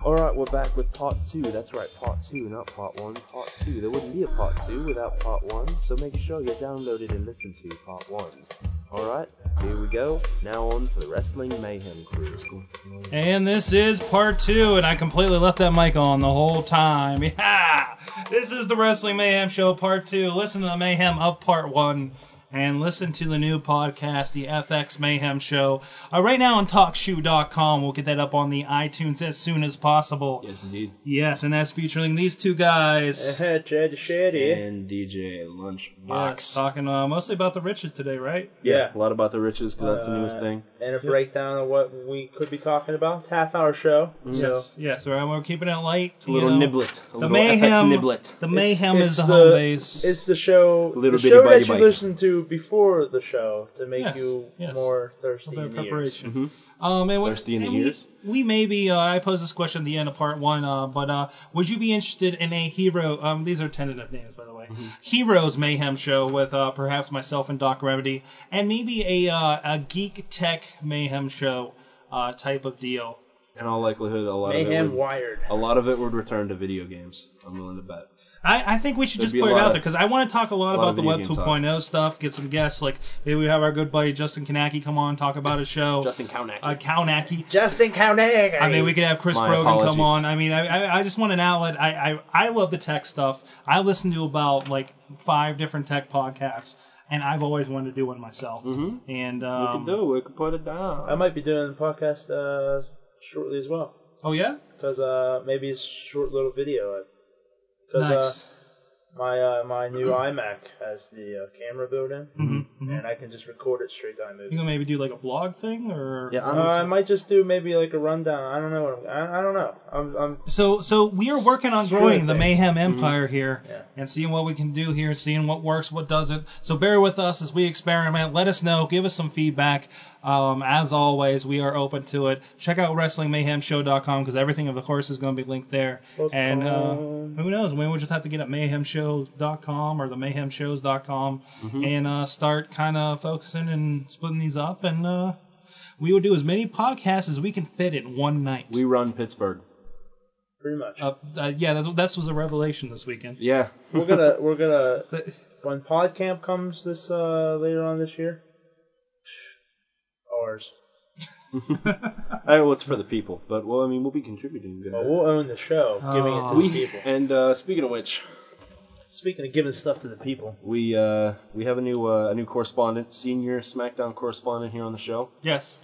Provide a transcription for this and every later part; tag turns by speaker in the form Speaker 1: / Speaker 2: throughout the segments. Speaker 1: Alright, we're back with part two. That's right, part two, not part one. Part two. There wouldn't be a part two without part one, so make sure you downloaded and listen to part one. Alright, here we go. Now on to the Wrestling Mayhem crew.
Speaker 2: And this is part two, and I completely left that mic on the whole time. Yeah! This is the Wrestling Mayhem Show, part two. Listen to the mayhem of part one, and listen to the new podcast, the FX Mayhem Show. Uh, right now on TalkShoe.com, we'll get that up on the iTunes as soon as possible.
Speaker 3: Yes, indeed.
Speaker 2: Yes, and that's featuring these two guys.
Speaker 1: Hey, Jed Shady.
Speaker 3: And DJ
Speaker 2: Yes,
Speaker 3: Lunchbox.
Speaker 2: talking uh, mostly about the riches today, right?
Speaker 1: Yeah.
Speaker 3: A lot about the riches because that's the newest
Speaker 4: Uh,
Speaker 3: thing.
Speaker 4: and a breakdown of what we could be talking about. It's a half hour show.
Speaker 2: Yes, yes. All right, we're keeping it light.
Speaker 3: It's a little
Speaker 2: you know.
Speaker 3: nibblet. A
Speaker 2: The
Speaker 3: little FX
Speaker 2: mayhem,
Speaker 3: nibblet.
Speaker 2: the mayhem
Speaker 4: It's-
Speaker 2: is the,
Speaker 4: it's
Speaker 2: home base.
Speaker 4: It's the show,
Speaker 3: Little
Speaker 4: the
Speaker 3: bitty
Speaker 4: show
Speaker 3: bitey
Speaker 4: that you
Speaker 3: bite.
Speaker 4: listen to before the show to make
Speaker 2: Yes,
Speaker 4: you
Speaker 2: yes.
Speaker 4: more thirsty.
Speaker 2: About
Speaker 4: in the ears.
Speaker 2: preparation. Um, and we-
Speaker 3: Mm-hmm. Thirsty in the
Speaker 2: and we-
Speaker 3: ears?
Speaker 2: We, maybe uh, I posed this question at the end of part one, uh, but uh, would you be interested in a hero? Um, these are tentative names, by the way.
Speaker 3: Mm-hmm.
Speaker 2: Heroes Mayhem show with uh, perhaps myself and Doc Remedy, and maybe a uh, a geek tech mayhem show uh, type of deal.
Speaker 3: In all likelihood, a lot of it
Speaker 4: Mayhem
Speaker 3: would,
Speaker 4: Wired.
Speaker 3: a lot of it would return to video games. I'm willing to bet.
Speaker 2: I, I think we should
Speaker 3: There'd
Speaker 2: just
Speaker 3: be a
Speaker 2: put it out
Speaker 3: lot of-
Speaker 2: there because I want to talk a lot,
Speaker 3: lot
Speaker 2: about
Speaker 3: of
Speaker 2: the
Speaker 3: video
Speaker 2: Web
Speaker 3: game talk.
Speaker 2: 2.0 stuff. Get some guests, like maybe we have our good buddy Justin Kanacki come on talk about his show.
Speaker 3: Justin Kaunak.
Speaker 2: uh, Kanacki.
Speaker 4: Justin Koenig.
Speaker 2: I mean, we could have Chris
Speaker 3: My
Speaker 2: Brogan
Speaker 3: apologies.
Speaker 2: come on. I mean, I, I, I just want an outlet. I, I, I love the tech stuff. I listen to about like five different tech podcasts, and I've always wanted to do one myself. Mm-hmm. And um,
Speaker 3: it. Could put it down.
Speaker 4: I might be doing a podcast uh, shortly as well
Speaker 2: oh yeah,
Speaker 4: because uh, maybe it's a short little
Speaker 3: uh,
Speaker 4: video. Because
Speaker 2: nice.
Speaker 4: uh, my uh, my new iMac has the uh, camera built in,
Speaker 2: mm-hmm.
Speaker 4: and I can just record it straight to
Speaker 2: You
Speaker 4: iMovie.
Speaker 2: gonna maybe do like a blog thing or
Speaker 3: yeah,
Speaker 4: Uh,
Speaker 3: I'm,
Speaker 4: I might just do maybe like a rundown. I don't know. What I'm, I, I don't know. I'm, I'm
Speaker 2: So, so we are working on
Speaker 4: Sure
Speaker 2: growing the
Speaker 4: thing. Mm-hmm.
Speaker 2: Mayhem Empire here,
Speaker 4: Yeah.
Speaker 2: and seeing what we can do here, seeing what works, what doesn't. So bear with us as we experiment. Let us know. Give us some feedback. Um, as always, we are open to it. Check out WrestlingMayhemShow.com because everything, of course, is going to be linked there. And uh, who knows? Maybe we'll just have to get at MayhemShow.com or the MayhemShows.com
Speaker 4: Mm-hmm.
Speaker 2: and uh, start kind of focusing and splitting these up. And uh, we will do as many podcasts as we can fit in one night.
Speaker 3: we run Pittsburgh.
Speaker 4: pretty much.
Speaker 2: Uh, uh, yeah, that's, that's was a revelation this weekend.
Speaker 3: Yeah.
Speaker 4: we're gonna we're gonna
Speaker 2: But-
Speaker 4: when PodCamp comes this uh later on this year. Ours.
Speaker 3: I know it's for the people, but well, I mean, we'll be contributing. to
Speaker 4: But
Speaker 3: that.
Speaker 4: we'll own the show, giving it to
Speaker 2: Oh.
Speaker 4: the people.
Speaker 3: And uh, speaking of which,
Speaker 4: Speaking of giving stuff to the people,
Speaker 3: we uh, we have a new uh, a new correspondent, senior SmackDown correspondent here on the show.
Speaker 2: Yes.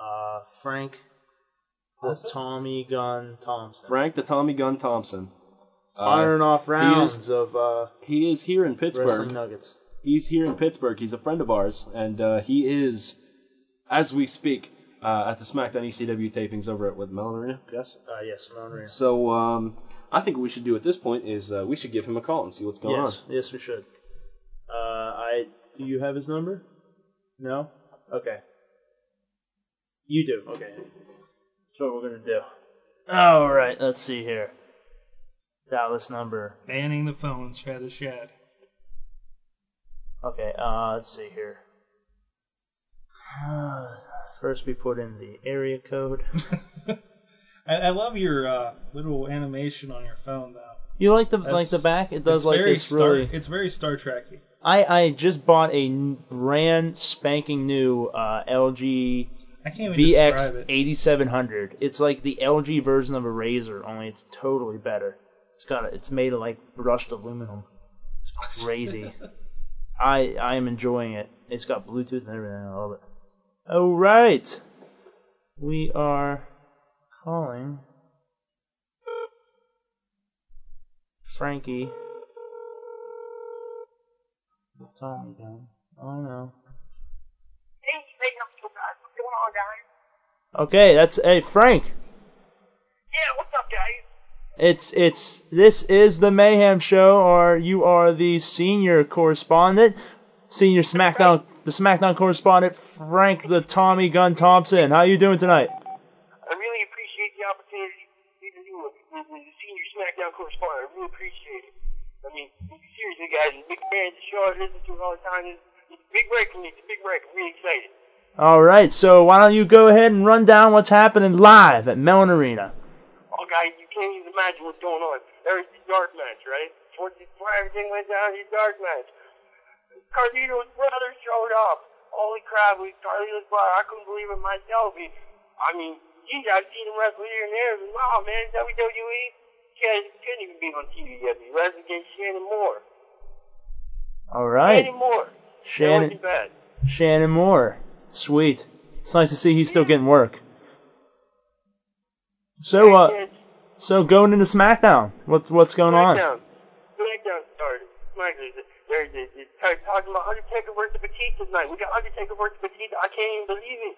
Speaker 4: uh, Frank, the Tommy Gun Thompson,
Speaker 3: Frank the Tommy Gun Thompson. Uh,
Speaker 4: firing off rounds
Speaker 3: he
Speaker 4: of uh,
Speaker 3: He is here in
Speaker 4: wrestling
Speaker 3: Pittsburgh.
Speaker 4: nuggets.
Speaker 3: He's here in Pittsburgh. He's a friend of ours, and uh, he is, as we speak, uh, at the SmackDown ECW tapings over at with Melon Arena. Yes.
Speaker 4: Uh, yes, Mount Rainier.
Speaker 3: So um, I think what we should do at this point is uh, we should give him a call and see what's going
Speaker 4: Yes, yes, we should. Uh, I do you have his number? No. Okay. You do. Okay. So what we're gonna do. All right. Let's see here. Dallas number.
Speaker 2: Banning the phones, shad the shad.
Speaker 4: Okay. Uh, let's see here. First, we put in the area code.
Speaker 2: I, I love your uh, little animation on your phone, though.
Speaker 4: You like the
Speaker 2: That's-
Speaker 4: like the back? It does
Speaker 2: it's
Speaker 4: like
Speaker 2: very
Speaker 4: this
Speaker 2: Star,
Speaker 4: really.
Speaker 2: It's very Star Trekky.
Speaker 4: I I just bought a n- brand spanking new uh, LG
Speaker 2: I can't even
Speaker 4: VX
Speaker 2: describe it.
Speaker 4: eighty seven hundred. It's like the LG version of a razor, only it's totally better. It's got a, it's made of like brushed aluminum. It's crazy. I I am enjoying it. It's got Bluetooth and everything. I love it. All right, we are calling Frankie. What's on again? Oh no.
Speaker 5: Hey, hey, what's going on, guys?
Speaker 4: Okay, that's hey Frank.
Speaker 5: Yeah, what's up, guys?
Speaker 4: It's it's this is the Mayhem Show, or you are the senior correspondent, senior SmackDown, the SmackDown correspondent Frank the Tommy Gun Thompson. How you doing tonight?
Speaker 5: I really appreciate the opportunity to be the new the- the senior SmackDown correspondent. I really appreciate it. I mean, seriously, guys, I'm a big fan of the show. I listen to it all the time. It's, it's a big break for me. It's a big break. I'm really excited.
Speaker 4: All right, so why don't you go ahead and run down what's happening live at Mellon Arena?
Speaker 5: Oh, guy, you can't even imagine what's going on. There's the dark match, right? Before, before everything went down, the dark match. Carlito's brother showed up. Holy crap, we Carlito's brother. I couldn't believe it myself. He, I mean, geez, I've seen him wrestle here and there. But wow, man, WWE can't, can't even be on TV yet. He wrestled against Shannon Moore.
Speaker 4: All right,
Speaker 5: Shannon Moore. That
Speaker 4: Shannon,
Speaker 5: wasn't bad.
Speaker 4: Shannon Moore. Sweet. It's nice to see he's still getting work. So, uh,
Speaker 5: Yes,
Speaker 4: so going into SmackDown, what's what's going on?
Speaker 5: SmackDown. SmackDown started. SmackDown. There's a, it's they're talking about Undertaker versus Batista tonight. We got Undertaker versus Batista. I can't even believe it.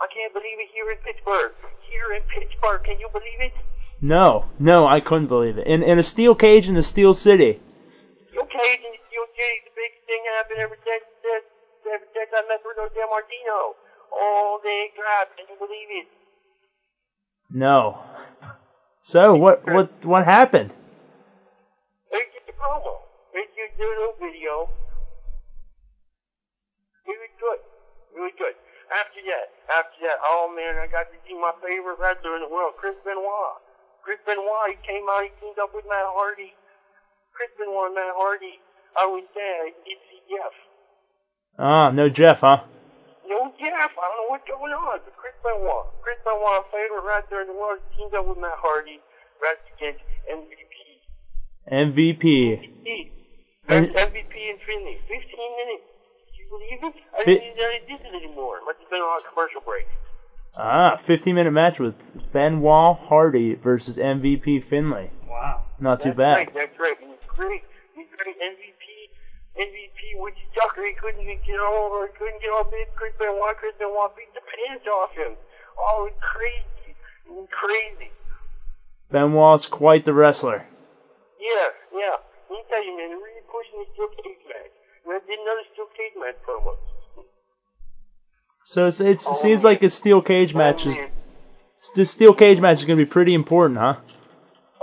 Speaker 5: I can't believe it here in Pittsburgh. Here in Pittsburgh. Can you believe it?
Speaker 4: No, no, I couldn't believe it. In in a steel cage in the Steel City.
Speaker 5: Okay, the okay, the big thing happened ever since this ever since I met Bruno San Martino. Oh they crap, can you believe it?
Speaker 4: No. So what what what happened?
Speaker 5: It's just a promo. It's just a little video. It was good. It was good. After that, after that, oh man, I got to see my favorite wrestler in the world, Chris Benoit. Chris Benoit, he came out, he teamed up with Matt Hardy. Chris Benoit, and Matt Hardy. I was there. It's yes.
Speaker 4: Ah, no Jeff, huh?
Speaker 5: No Jeff, I don't know what's going on. But Chris Benoit, Chris Benoit, favorite wrestler in the world, teamed up with Matt Hardy, wrestled against MVP.
Speaker 4: MVP.
Speaker 5: Hey,
Speaker 4: And-
Speaker 5: MVP Infinity. 15 minutes. You believe it? I
Speaker 4: Fi-
Speaker 5: didn't even know they did it anymore. Must have been on a commercial break.
Speaker 4: Ah, 15 minute match with Benoit Hardy versus MVP Finlay.
Speaker 6: Wow.
Speaker 4: Not too
Speaker 5: That's
Speaker 4: bad.
Speaker 5: right. That's right. He's great. He's great. MVP. MVP was stuck. He couldn't even get over. He couldn't get off his Chris Benoit. Chris Benoit beat the pants off him. Oh, it's crazy. It's crazy.
Speaker 4: Benoit's quite the wrestler.
Speaker 5: Yeah, yeah. Let me tell you, man, they're really pushing the steel cage match. And I did another steel cage match promo.
Speaker 4: So it's, it's, it seems like a steel cage match is
Speaker 5: Oh, man.
Speaker 4: this steel cage match is gonna be pretty important, huh?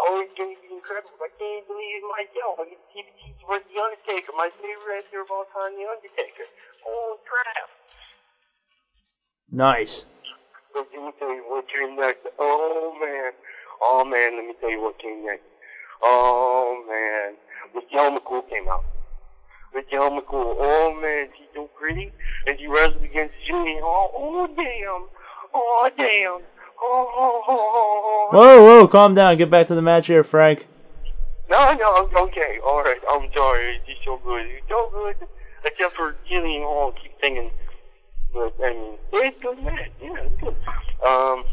Speaker 5: Oh, it's going to be incredible. I can't even believe it myself. I can see the teeth with The Undertaker, my favorite wrestler of all time, The Undertaker. Holy crap.
Speaker 4: Nice.
Speaker 5: But let me tell you what came next. Oh, man. Oh, man, let me tell you what came next. Oh, man. Michelle McCool came out. Michelle McCool. Oh, man, she's so pretty. And she wrestled against Judy Hall. Oh, damn. Oh, damn. Oh, oh, oh, oh, oh.
Speaker 4: Whoa, whoa, calm down. Get back to the match here, Frank.
Speaker 5: No, no, I'm- okay, alright, I'm sorry, he's so good, he's so good, except for Jillian Hall, keep thinking, but, I mean, it's good, man, yeah, it's good. Um,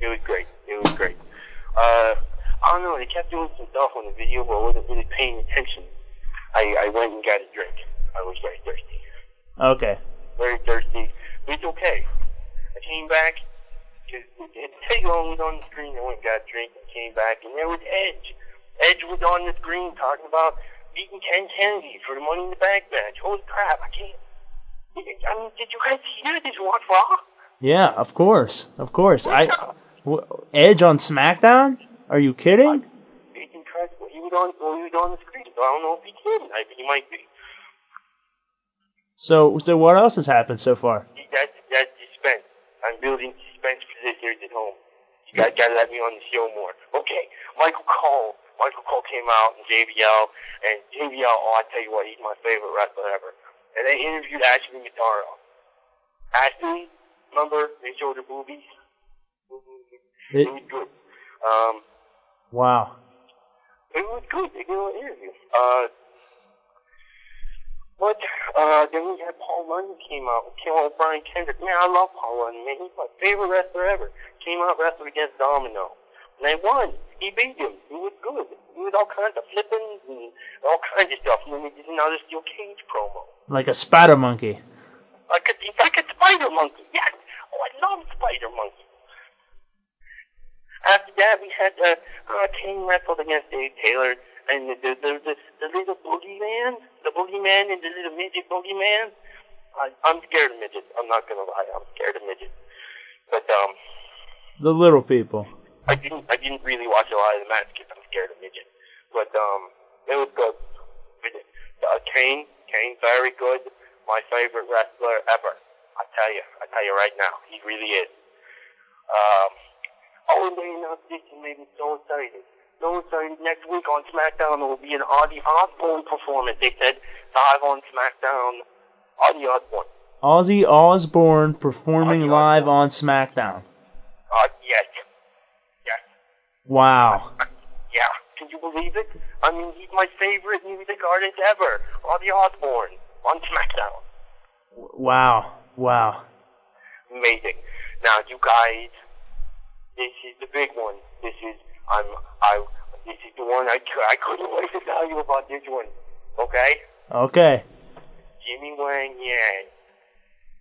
Speaker 5: it was great, it was great. Uh, I don't know, they kept doing some stuff on the video, but I wasn't really paying attention. I, I went and got a drink, I was very thirsty,
Speaker 4: Okay.
Speaker 5: very thirsty, but it's okay. I came back, it, it, it Teddy Long was on the screen. I went and got a drink and came back, and there was Edge. Edge was on the screen talking about beating Ken Kennedy for the Money in the Bank match. Holy crap! I can't. I mean, did you guys see that? Did you watch Raw?
Speaker 4: Yeah, of course, of course. I w- Edge on SmackDown? Are you kidding?
Speaker 5: It's incredible. He was on. Well, he was on the screen, so I don't know if he can. I, he might be.
Speaker 4: So, so what else has happened so far?
Speaker 5: See, That's that's suspense. I'm building suspense for listeners at home. You guys gotta let me on the show more. Okay, Michael Cole. Michael Cole came out and JBL and JBL. Oh, I tell you what, he's my favorite wrestler ever. And they interviewed Ashley Mataro. Ashley, remember they showed her boobies. It
Speaker 4: It,
Speaker 5: was good. Um,
Speaker 4: wow.
Speaker 5: it was good. They did an interview. Uh, but uh, then we had Paul London came out. Came out with Brian Kendrick. Man, I love Paul London. Man, he's my favorite wrestler ever. Came out wrestled against Domino, and they won. He beat him. He was good. He was all kinds of flipping and all kinds of stuff. And then he did another steel cage promo.
Speaker 4: Like a spider monkey.
Speaker 5: Like a, he's like a spider monkey. Yes. Oh, I love spider monkey. After that, we had uh, uh, Kane wrestled against Dave Taylor and the the, the, the, the little boogeyman, the boogeyman and the little midget boogeyman. I, I'm scared of midgets. I'm not gonna lie. I'm scared of midgets. But um,
Speaker 4: The little people.
Speaker 5: I didn't I didn't really watch a lot of the match because I'm scared of midget. But um, it was good. But, uh, Kane, Kane, very good. My favorite wrestler ever. tell you, I tell you right now, he really is. Um, oh, and then announced this and made me so excited. So excited. Next week on SmackDown, there will be an Ozzy Osbourne performance. They said live on SmackDown, Ozzy Osbourne.
Speaker 4: Ozzy Osbourne performing
Speaker 5: Ozzy
Speaker 4: live on SmackDown.
Speaker 5: Uh, yes, yes.
Speaker 4: Wow.
Speaker 5: Yeah, can you believe it? I mean, he's my favorite music artist ever, Ozzy Osbourne, on SmackDown.
Speaker 4: Wow. Wow.
Speaker 5: Amazing. Now, you guys, this is the big one. This is, I'm, I, this is the one I, cou- I couldn't wait to tell you about this one. Okay?
Speaker 4: Okay.
Speaker 5: Jimmy Wang Yang.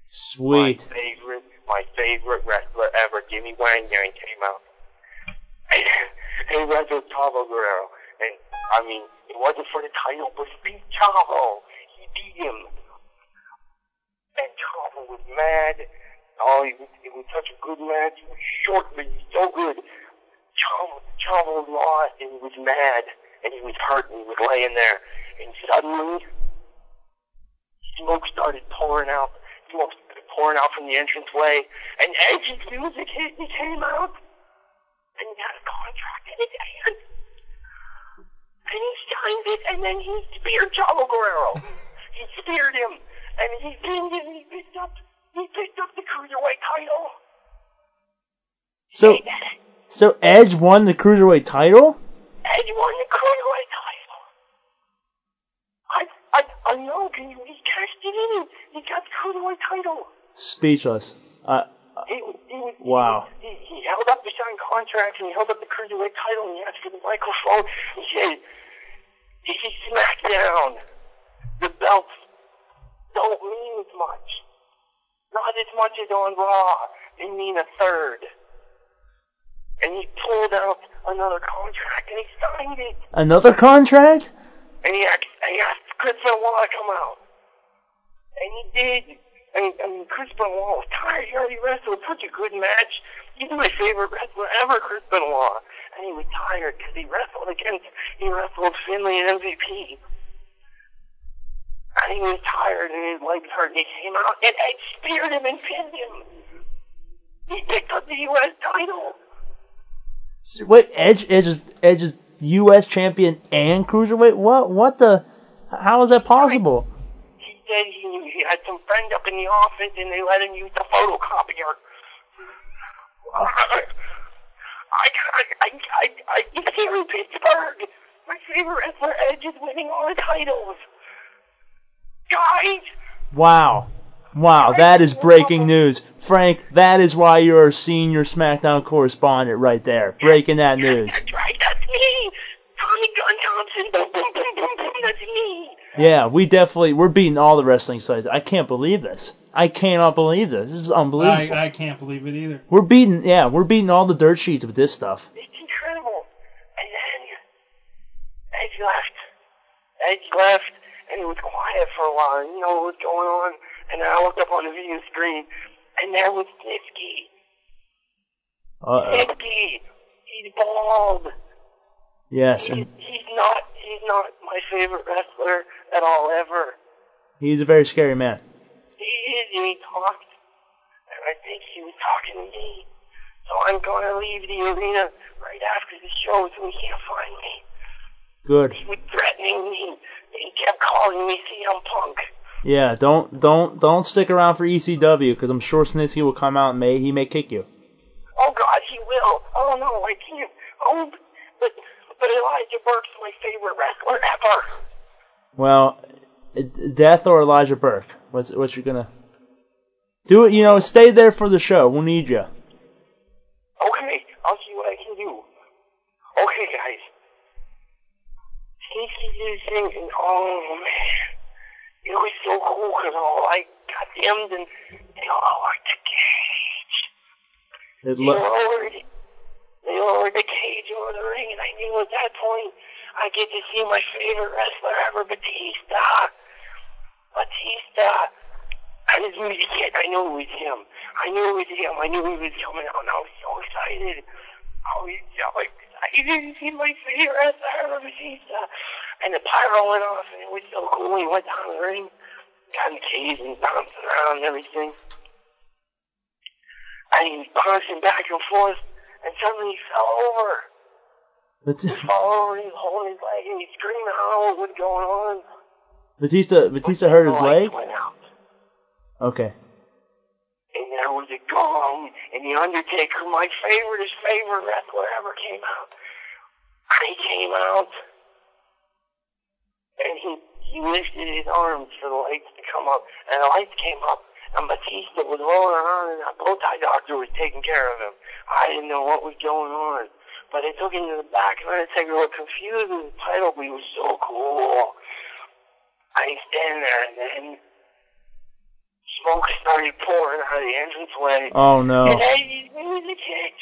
Speaker 4: Sweet.
Speaker 5: My favorite, my favorite wrestler ever, Jimmy Wang Yang, came out. And he wrestled Chavo Guerrero. And, I mean, it wasn't for the title, but beat Chavo. He beat him. And Chavo was mad. Oh, it was, it was such a good match. It was short, but it was so good. Chavo, Chavo lost, and he was mad. And he was hurt, and he was laying there. And suddenly, smoke started pouring out. Smoke started pouring out from the entranceway, and Edge's music hit. He came out, and he had a contract in his hand, and he signed it, and then he speared Chavo Guerrero. he speared him, and he pinned him. He picked up. He picked up the cruiserweight title.
Speaker 4: So, so Edge won the cruiserweight title.
Speaker 5: Edge won the cruiserweight title. I, I, I know. Can you? He cashed it in. He got the cruiserweight title.
Speaker 4: Speechless. Uh,
Speaker 5: He, he was,
Speaker 4: Wow.
Speaker 5: He, he held up the signed contract and he held up the cruiserweight title and he asked for the microphone. He said, he, he smacked down. The belts don't mean as much. Not as much as on Raw. They mean a third. And he pulled out another contract and he signed it.
Speaker 4: another contract.
Speaker 5: And he asked, he asked Chris Benoit to come out. And he did. And, and Chris Benoit was tired. He already wrestled such a good match. He's my favorite wrestler ever, Chris Benoit. And he was tired because he wrestled against, he wrestled Finley and MVP. And he was tired and his legs hurt. He came out and Edge speared him and pinned him. He picked up the U.S. title.
Speaker 4: S- Wait, Edge, Edge is Edge is U.S. champion and cruiserweight. What? What the? How is that possible?
Speaker 5: He said he, he had some friend up in the office and they let him use the photocopier. I, I, I, I, I, it's here in Pittsburgh. My favorite wrestler, Edge, is winning all the titles. Guys,
Speaker 4: Wow. Wow, that is breaking news. Frank, that is why you're a senior SmackDown correspondent right there. Breaking that news.
Speaker 5: that's right, that's me. Tommy Gunn Thompson, boom, boom, boom, boom, boom, that's me.
Speaker 4: Yeah, we definitely we're beating all the wrestling sites. I can't believe this. I cannot believe this. This is
Speaker 2: I,
Speaker 4: unbelievable.
Speaker 2: I can't believe it either.
Speaker 4: we're beating yeah, we're beating all the dirt sheets with this stuff.
Speaker 5: It's incredible. And then Edge left. Edge left, and it was quiet for a while. I didn't know what was going on. And then I looked up on the video screen, and there was Nipsey.
Speaker 4: Uh
Speaker 5: Nipsey! He's bald.
Speaker 4: Yes,
Speaker 5: He's,
Speaker 4: and
Speaker 5: he's not. He's not my favorite wrestler at all ever.
Speaker 4: he's a very scary man.
Speaker 5: He is, and he talked, and I think he was talking to me. So I'm gonna leave the arena right after the show, so he can't find me.
Speaker 4: Good.
Speaker 5: was threatening me. He kept calling me CM Punk.
Speaker 4: Yeah, don't don't don't stick around for E ECW because I'm sure Snitsky will come out and may he may kick you.
Speaker 5: Oh God, he will. Oh no, I can't. Oh, but but Elijah Burke's my favorite wrestler ever.
Speaker 4: Well, death or Elijah Burke? What's what you're gonna do? It you know, stay there for the show. We'll need you.
Speaker 5: Okay, I'll see what I can do. Okay, guys. He did this thing, and oh man, it was so cool because all I got him and they lowered the cage.
Speaker 4: It
Speaker 5: They
Speaker 4: lo-
Speaker 5: lowered, they lowered the cage over the ring, and I knew at that point I get to see my favorite wrestler ever, Batista. Batista. I was really kid. I knew it was him. I knew it was him. I knew he was coming out, and I was so excited. I was so excited to see my favorite wrestler ever, Batista. And the pyro went off, and it was so cool. He went down the ring, got in the cage, and bounced around and everything. I mean, bouncing back and forth, and suddenly he fell over.
Speaker 4: Bat-
Speaker 5: He fell over, he was holding his leg, and he's screaming, I don't know what's going on.
Speaker 4: Batista Batista hurt his
Speaker 5: The lights
Speaker 4: leg.
Speaker 5: Went out.
Speaker 4: Okay.
Speaker 5: And there was a gong, and The Undertaker, my favorite, his favorite wrestler ever, came out. I came out, and he, he lifted his arms for the lights to come up, and the lights came up, and Batista was rolling around, and that bow tie doctor was taking care of him. I didn't know what was going on, but they took him to the back, and Undertaker looked confused with his title, but he was so cool. I stand there, and then smoke started pouring out of the entranceway.
Speaker 4: Oh no.
Speaker 5: And I was a kid.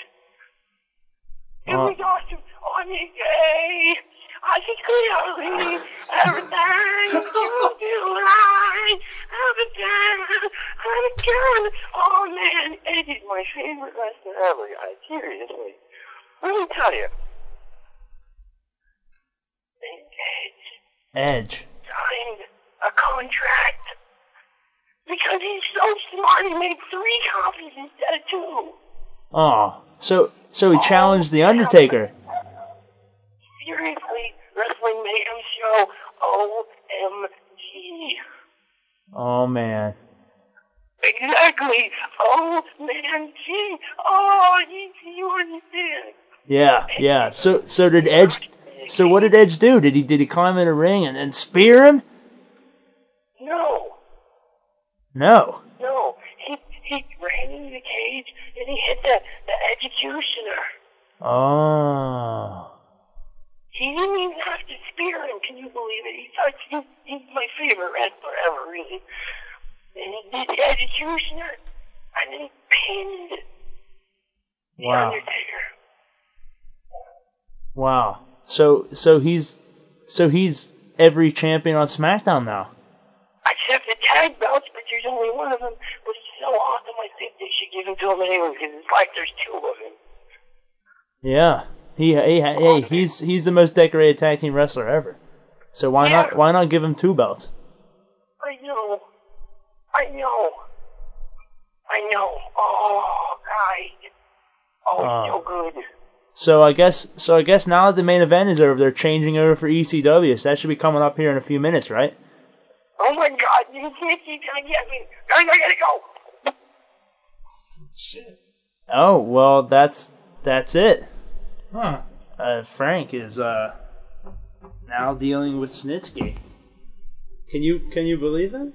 Speaker 5: It
Speaker 4: Oh.
Speaker 5: was awesome. On your day, I just couldn't believe everything you do right. Everything, everything. Oh man, it is my favorite wrestler ever, guys. Seriously. Let me tell you. And Edge
Speaker 4: Edge.
Speaker 5: signed a contract because he's so smart he made three copies instead of two.
Speaker 4: Oh. So so he challenged the Undertaker.
Speaker 5: Seriously, Wrestling Mayhem Show, OMG.
Speaker 4: Oh man.
Speaker 5: Exactly, OMG. Oh, you, you understand.
Speaker 4: Yeah, yeah. So so did Edge so what did Edge do? Did he did he climb in a ring and then spear him?
Speaker 5: No,
Speaker 4: No.
Speaker 5: no. He, he ran into the cage and he hit the, the executioner.
Speaker 4: Oh.
Speaker 5: He didn't even have to spear him. Can you believe it? He touched him. He's my favorite wrestler ever, really. And he did the executioner, and then he pinned the
Speaker 4: Wow.
Speaker 5: Undertaker.
Speaker 4: Wow. So so he's so he's every champion on SmackDown now.
Speaker 5: I have the tag belts, but there's only one of them. But he's so awesome. I think they should give him to him anyway because it's like there's two of him.
Speaker 4: Yeah. He he hey, he's he's the most decorated tag team wrestler ever. So why not why not give him two belts?
Speaker 5: I know. I know. I know. Oh, God. Oh,
Speaker 4: Ah.
Speaker 5: so good.
Speaker 4: So I guess so I guess now that the main event is over, they're changing over for ECW. So that should be coming up here in a few minutes, right?
Speaker 5: Oh my God! You can't keep gonna get me. Guys, I gotta go.
Speaker 2: Shit.
Speaker 4: Oh well, that's that's it.
Speaker 2: Huh.
Speaker 4: Uh, Frank is uh, now dealing with Snitsky. Can you can you believe him?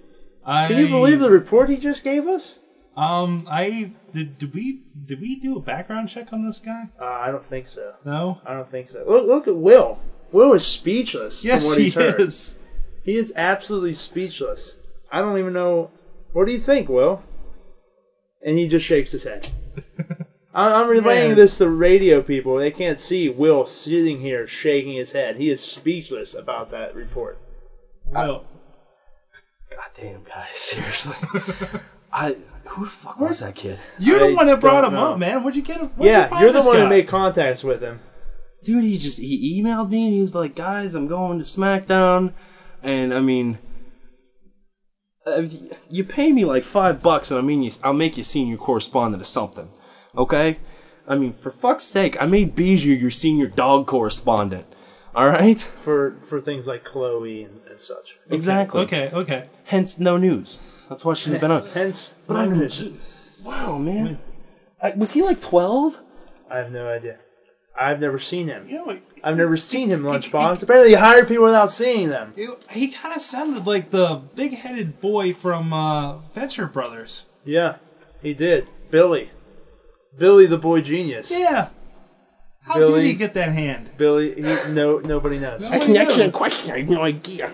Speaker 2: I,
Speaker 4: Can you believe the report he just gave us?
Speaker 2: Um, I did. Did we did we do a background check on this guy?
Speaker 4: Uh, I don't think so.
Speaker 2: No.
Speaker 4: I don't think so. Look look at Will. Will is speechless. from
Speaker 2: Yes,
Speaker 4: what
Speaker 2: he
Speaker 4: he's heard.
Speaker 2: is.
Speaker 4: He is absolutely speechless. I don't even know. What do you think, Will? And he just shakes his head. I- I'm relaying
Speaker 2: Man.
Speaker 4: this to radio people. They can't see Will sitting here shaking his head. He is speechless about that report.
Speaker 2: Well,
Speaker 3: God damn, guys, seriously. I who the fuck was that kid?
Speaker 2: you're the
Speaker 4: I
Speaker 2: one that brought
Speaker 4: don't
Speaker 2: him
Speaker 4: know.
Speaker 2: up, man. Where'd you get him? where'd you
Speaker 4: yeah,
Speaker 2: find
Speaker 4: you're the
Speaker 2: this
Speaker 4: one who
Speaker 2: guy?
Speaker 4: made contacts with him.
Speaker 3: Dude, he just he emailed me and he was like, "Guys, I'm going to SmackDown," and I mean, uh, you pay me like five bucks, and I mean, you, I'll make you senior correspondent or something, okay? I mean, for fuck's sake, I made Bijou your senior dog correspondent. All right,
Speaker 4: For for things like Chloe and, and such.
Speaker 3: exactly.
Speaker 2: Okay, okay.
Speaker 3: Hence, no news. That's why she's been on.
Speaker 4: Hence,
Speaker 3: But I mean, gee, wow, man, I, was he like twelve?
Speaker 4: I have no idea. I've never seen him.
Speaker 2: You know, it-
Speaker 4: I've never seen him, Lunchbox. Apparently, you hire people without seeing them.
Speaker 2: it- he kind of sounded like the big-headed boy from uh, Venture Brothers.
Speaker 4: Yeah, he did. Billy. Billy the boy genius.
Speaker 2: Yeah. How
Speaker 4: Billy.
Speaker 2: did he get that hand?
Speaker 4: Billy, he, no, nobody knows.
Speaker 2: Nobody knows.
Speaker 3: question. I have no idea.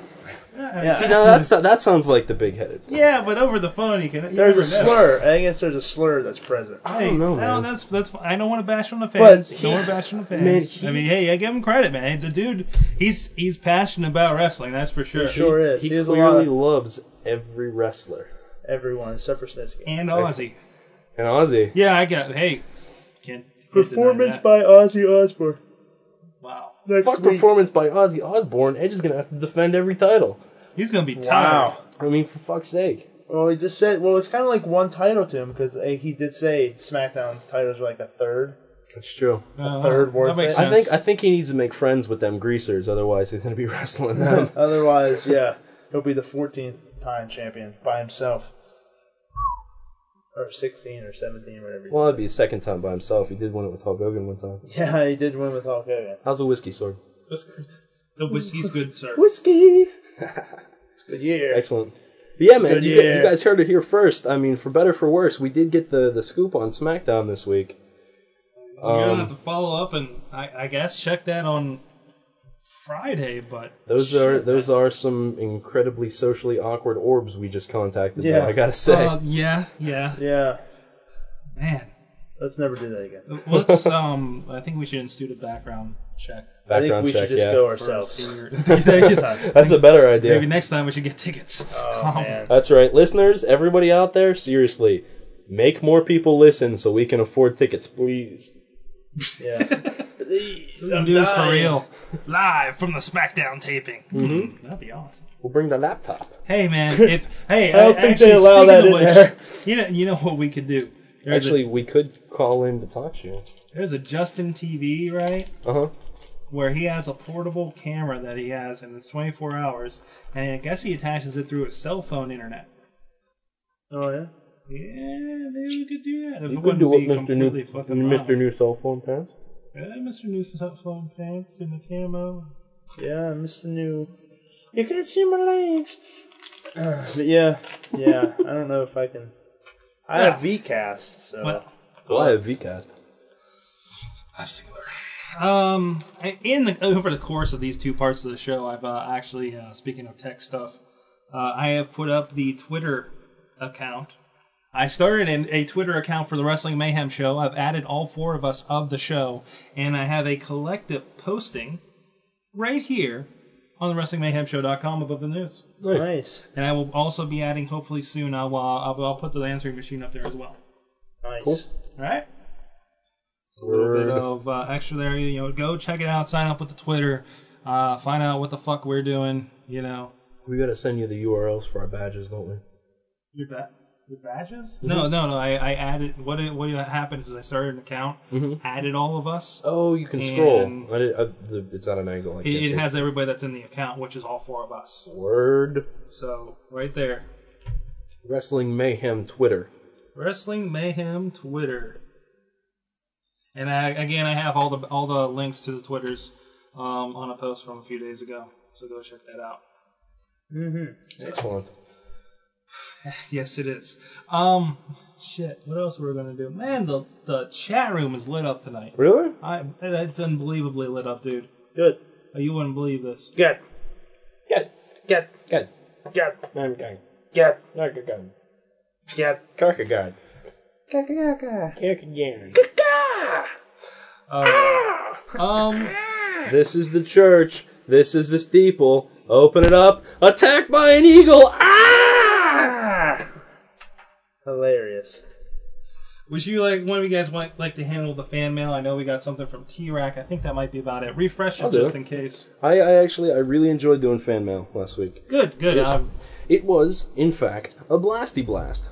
Speaker 2: Yeah,
Speaker 4: See,
Speaker 3: No, that's that sounds like the big headed.
Speaker 2: yeah, but over the phone, he can. you
Speaker 4: There's
Speaker 2: never
Speaker 4: a slur. I guess there's a slur that's present.
Speaker 2: know.
Speaker 3: don't know,
Speaker 2: no,
Speaker 3: man.
Speaker 2: that's that's. fine. I don't want to bash on the fans.
Speaker 3: But
Speaker 2: don't
Speaker 3: he-
Speaker 2: want to bash on the fans.
Speaker 3: Man, he-
Speaker 2: I mean, hey, I give him credit, man. The dude, he's he's passionate about wrestling. That's for sure.
Speaker 4: Sure is.
Speaker 3: He,
Speaker 4: He has a lot
Speaker 3: clearly
Speaker 4: of-
Speaker 3: loves every wrestler.
Speaker 4: Everyone except for Snitsky.
Speaker 2: And Aussie.
Speaker 3: And Ozzy.
Speaker 2: Yeah, I got. Hey, can't can't deny
Speaker 4: Performance
Speaker 2: that.
Speaker 4: by Ozzy Osbourne.
Speaker 2: Wow,
Speaker 4: Next
Speaker 3: Fuck
Speaker 4: week.
Speaker 3: performance by Ozzy Osbourne. Edge is gonna have to defend every title.
Speaker 2: he's gonna be tired.
Speaker 4: Wow.
Speaker 3: I mean, for fuck's sake.
Speaker 4: Well, he just said. Well, it's kind of like one title to him because he did say SmackDown's titles are like a third,
Speaker 3: That's true.
Speaker 4: a
Speaker 2: Uh,
Speaker 4: third worth.
Speaker 2: that makes
Speaker 4: it.
Speaker 2: sense.
Speaker 3: I think I think he needs to make friends with them greasers, otherwise he's gonna be wrestling them.
Speaker 4: Otherwise, yeah, he'll be the 14th time champion by himself, or 16 or 17, whatever. he's-
Speaker 3: well, that'd be his second time by himself. He did win it with Hulk Hogan one time.
Speaker 4: Yeah, he did win with Hulk Hogan.
Speaker 3: How's a whiskey sword?
Speaker 2: The whiskey's good, sir.
Speaker 3: Whiskey.
Speaker 4: It's a good year.
Speaker 3: Excellent. But yeah, man,
Speaker 4: Good
Speaker 3: you, get,
Speaker 4: year.
Speaker 3: you guys heard it here first. I mean, for better for worse, we did get the the scoop on SmackDown this week.
Speaker 2: You're
Speaker 3: Um,
Speaker 2: gonna have to follow up and I, I guess check that on Friday. But uh,
Speaker 3: Those are those are some incredibly socially awkward orbs we just contacted. Yeah,
Speaker 4: Yeah.
Speaker 3: I gotta say.
Speaker 2: Uh, yeah, yeah,
Speaker 4: Yeah,
Speaker 2: man.
Speaker 4: let's never do that again.
Speaker 2: Let's. um, I think we should institute a background check.
Speaker 4: I think
Speaker 3: Background
Speaker 4: we
Speaker 3: check.
Speaker 4: should just
Speaker 3: yeah,
Speaker 4: go
Speaker 2: for
Speaker 4: ourselves.
Speaker 2: senior-
Speaker 4: Next time.
Speaker 3: that's a better idea.
Speaker 2: Maybe next time we should get tickets. Um,
Speaker 4: Oh man,
Speaker 3: That's right, listeners. Everybody out there, seriously, make more people listen so we can afford tickets, please.
Speaker 4: yeah.
Speaker 2: We'll do this for real, live from the SmackDown taping.
Speaker 3: Mm-hmm.
Speaker 2: That'd be awesome.
Speaker 3: We'll bring the laptop.
Speaker 2: Hey man, if hey,
Speaker 3: don't
Speaker 2: I-
Speaker 3: think
Speaker 2: actually,
Speaker 3: they allow
Speaker 2: speaking
Speaker 3: that
Speaker 2: of
Speaker 3: in
Speaker 2: which,
Speaker 3: there.
Speaker 2: You know, you know what we could do. There's
Speaker 3: Actually, we could call in to talk to you.
Speaker 2: a, there's a Justin TV right
Speaker 3: Uh huh.
Speaker 2: where he has a portable camera that he has, and it's 24 hours, and I guess he attaches it through his cell phone internet.
Speaker 4: Oh yeah.
Speaker 2: Yeah, maybe we could do that. If it
Speaker 3: You could
Speaker 2: wouldn't
Speaker 3: do what
Speaker 2: be
Speaker 3: Mr. New,
Speaker 2: completely fucking
Speaker 3: Mr.
Speaker 2: wrong.
Speaker 3: New Cell Phone Pants.
Speaker 2: Yeah, Mr. New cell phone pants in the camo.
Speaker 4: Yeah, I missed the new. You can see my legs. but yeah, yeah. I don't know if I can. I have VCast, so
Speaker 2: What?
Speaker 3: Well, I have VCast.
Speaker 2: I'm singular. Um, in the over the course of these two parts of the show, I've uh, actually uh, speaking of tech stuff, uh, I have put up the Twitter account. I started an, a Twitter account for the Wrestling Mayhem show. I've added all four of us of the show, and I have a collective posting right here on the WrestlingMayhemShow.com above the news.
Speaker 4: nice,
Speaker 2: And I will also be adding, hopefully soon, I'll, uh, I'll, I'll put the answering machine up there as well.
Speaker 4: nice.
Speaker 2: All right. It's a little bit of uh, extra there. You know, go check it out. Sign up with the Twitter. Uh, find out what the fuck we're doing. You know,
Speaker 3: We gotta send you the URLs for our badges, don't we?
Speaker 2: your ba- your badges. No, no, no. I, I added what it, what happens is I started an account, added all of us.
Speaker 3: Oh, you can
Speaker 2: And-
Speaker 3: scroll. I did, I, the, it's at an angle. I can't
Speaker 2: It,
Speaker 3: see.
Speaker 2: it has everybody that's in the account, which is all four of us.
Speaker 3: word
Speaker 2: So right there,
Speaker 3: wrestling mayhem Twitter.
Speaker 2: Wrestling Mayhem Twitter. And I, again, I have all the all the links to the Twitters um, on a post from a few days ago. So go check that out.
Speaker 4: Mm-hmm.
Speaker 3: Excellent.
Speaker 2: Yes, it is. Um, shit. What else were we gonna do? Man, the the chat room is lit up tonight.
Speaker 3: Really?
Speaker 2: I it's unbelievably lit up, dude. Oh,
Speaker 4: Good,
Speaker 2: You wouldn't believe this.
Speaker 4: good,
Speaker 3: Good.
Speaker 4: good,
Speaker 3: Good.
Speaker 4: good,
Speaker 3: I'm good.
Speaker 4: good,
Speaker 3: Not good. Good.
Speaker 4: good.
Speaker 3: Kirk good.
Speaker 2: Uh, um,
Speaker 3: This is the church. This is the steeple. Open it up. Attacked by an eagle. Ah!
Speaker 4: Hilarious.
Speaker 2: would you like one of you guys want like to handle the fan mail? I know we got something from T Rack. I think that might be about it. Refresh it
Speaker 3: I'll do
Speaker 2: just
Speaker 3: it.
Speaker 2: in case.
Speaker 3: I, I actually, I really enjoyed doing fan mail last week.
Speaker 2: Good, good. Um,
Speaker 3: It was, in fact, a blasty blast.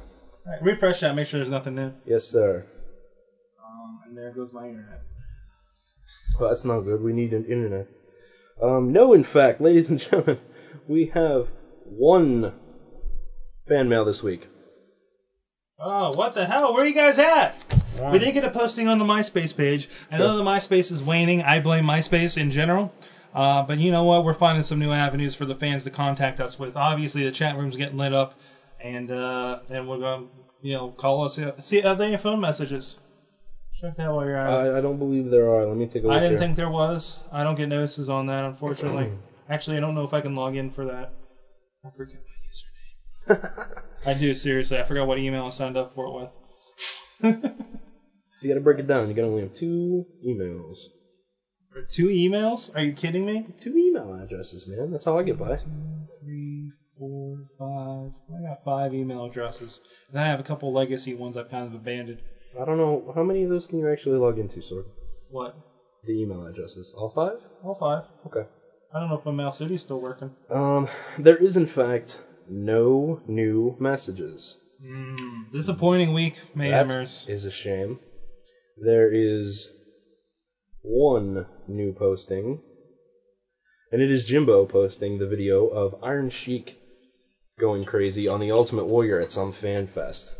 Speaker 2: all right, refresh that. Make sure there's nothing new.
Speaker 3: Yes, sir.
Speaker 2: Um, and there goes my internet.
Speaker 3: Well, that's not good. We need an internet. Um, no, in fact, ladies and gentlemen, we have one fan mail this week.
Speaker 2: Oh, what the hell? Where you guys at? We did get a posting on the MySpace page. I know the MySpace is waning. I blame MySpace in general. Uh, but you know what? We're finding some new avenues for the fans to contact us with. Obviously, the chat room's getting lit up, and uh, and we're going to, you know, call us. uh, See, are there any phone messages? Check that while you're at it.
Speaker 3: I, I don't believe there are. Let me take a look.
Speaker 2: I didn't
Speaker 3: here.
Speaker 2: think there was. I don't get notices on that, unfortunately. Actually, I don't know if I can log in for that. I forget my username. I do, seriously. I forgot what email I signed up for it with.
Speaker 3: So you gotta break it down. You gotta only have two emails.
Speaker 2: Two emails? Are you kidding me?
Speaker 3: Two email addresses, man. That's how I get by.
Speaker 2: Three, four, five. I got five email addresses. And then I have a couple legacy ones I've kind of abandoned.
Speaker 3: I don't know how many of those can you actually log into, Sword?
Speaker 2: What?
Speaker 3: The email addresses. All five?
Speaker 2: All five.
Speaker 3: Okay.
Speaker 2: I don't know if my Mail City's still working.
Speaker 3: Um, there is in fact no new messages.
Speaker 2: Disappointing week, Mayhemers.
Speaker 3: That is a shame. There is one new posting, and it is Jimbo posting the video of Iron Sheik going crazy on the Ultimate Warrior at some fan fest.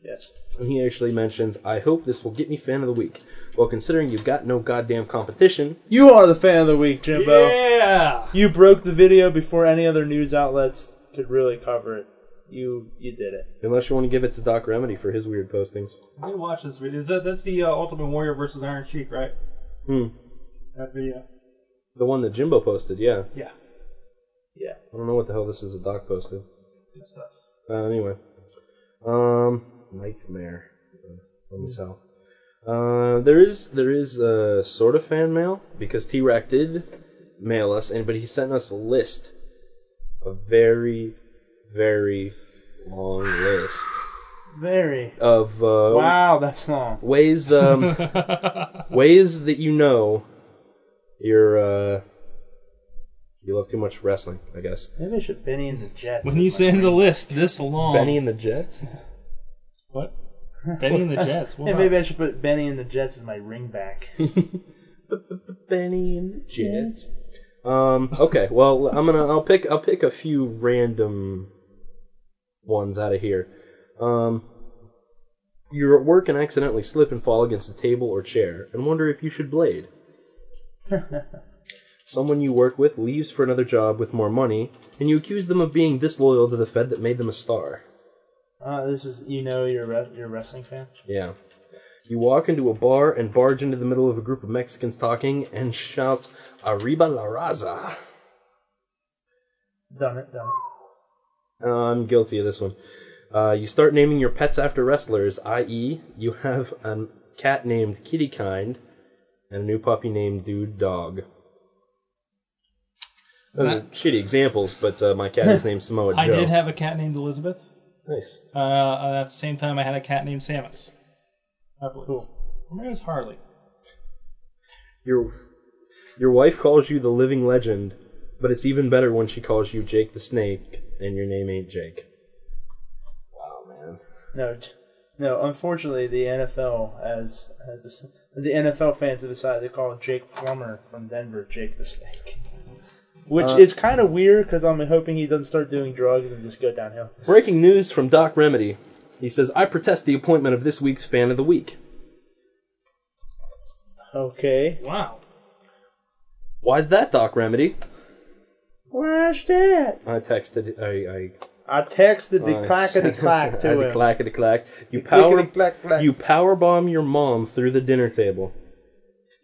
Speaker 4: Yes.
Speaker 3: And he actually mentions, I hope this will get me fan of the week. Well, considering you've got no goddamn competition,
Speaker 4: You are the fan of the week, Jimbo.
Speaker 2: Yeah.
Speaker 4: You broke the video before any other news outlets could really cover it. You you did it.
Speaker 3: unless you want to give it to Doc Remedy for his weird postings.
Speaker 2: I watched this video. Is that that's the uh, Ultimate Warrior versus Iron Sheik, right?
Speaker 3: Hmm.
Speaker 2: That video.
Speaker 3: The one that Jimbo posted, yeah.
Speaker 2: Yeah.
Speaker 4: Yeah.
Speaker 3: I don't know what the hell this is that Doc posted.
Speaker 2: Good stuff.
Speaker 3: Uh, anyway, um, nightmare. Uh, Let me tell. Uh, there is there is uh, sort of fan mail because T Rack did mail us, and but he sent us a list, a very, very long list
Speaker 4: Very.
Speaker 3: of uh,
Speaker 4: Wow, that's long.
Speaker 3: ways um, ways that you know you're uh, you love too much wrestling, I guess.
Speaker 4: Maybe I should Benny and the Jets.
Speaker 2: When you
Speaker 4: is my
Speaker 2: send the
Speaker 4: name.
Speaker 2: list this long,
Speaker 3: Benny and the Jets.
Speaker 2: what? Benny and the Jets. What
Speaker 4: Yeah, maybe I should put Benny and the Jets as my ring back.
Speaker 3: Benny and the Jets. Um. Okay. Well, I'm gonna. I'll pick. I'll pick a few random ones out of here. Um. You're at work and accidentally slip and fall against a table or chair and wonder if you should blade. Someone you work with leaves for another job with more money, and you accuse them of being disloyal to the Fed that made them a star.
Speaker 4: Uh, this is you know you're a re- you're a wrestling fan.
Speaker 3: Yeah. You walk into a bar and barge into the middle of a group of Mexicans talking and shout, Arriba la raza.
Speaker 4: Done it, done it.
Speaker 3: I'm guilty of this one. Uh, you start naming your pets after wrestlers, i.e., you have a cat named Kitty Kind and a new puppy named Dude Dog. Those are
Speaker 2: That-
Speaker 3: shitty examples, but uh, my cat is named Samoa Joe.
Speaker 2: I did have a cat named Elizabeth.
Speaker 3: nice.
Speaker 2: Uh, uh, at the same time, I had a cat named Samus. I believe.
Speaker 4: Cool.
Speaker 2: Or maybe it was Harley.
Speaker 3: Your your wife calls you the living legend, but it's even better when she calls you Jake the Snake, and your name ain't Jake. Wow, man.
Speaker 4: No, t- no. Unfortunately, the NFL has has this, the NFL fans have decided to call Jake Plummer from Denver Jake the Snake, which
Speaker 3: Uh,
Speaker 4: is kind of weird because I'm hoping he doesn't start doing drugs and just go downhill.
Speaker 3: Breaking news from Doc Remedy. He says, "I protest the appointment of this week's fan of the week."
Speaker 4: Okay.
Speaker 2: Wow.
Speaker 3: Why's that, Doc Remedy?
Speaker 4: Watch that.
Speaker 3: I texted. I.
Speaker 4: I texted
Speaker 3: I
Speaker 4: the clackety clack to
Speaker 3: the
Speaker 4: him.
Speaker 3: clackety clack. You
Speaker 4: The
Speaker 3: power.
Speaker 4: clickety-clack-clack.
Speaker 3: You power bomb your mom through the dinner table.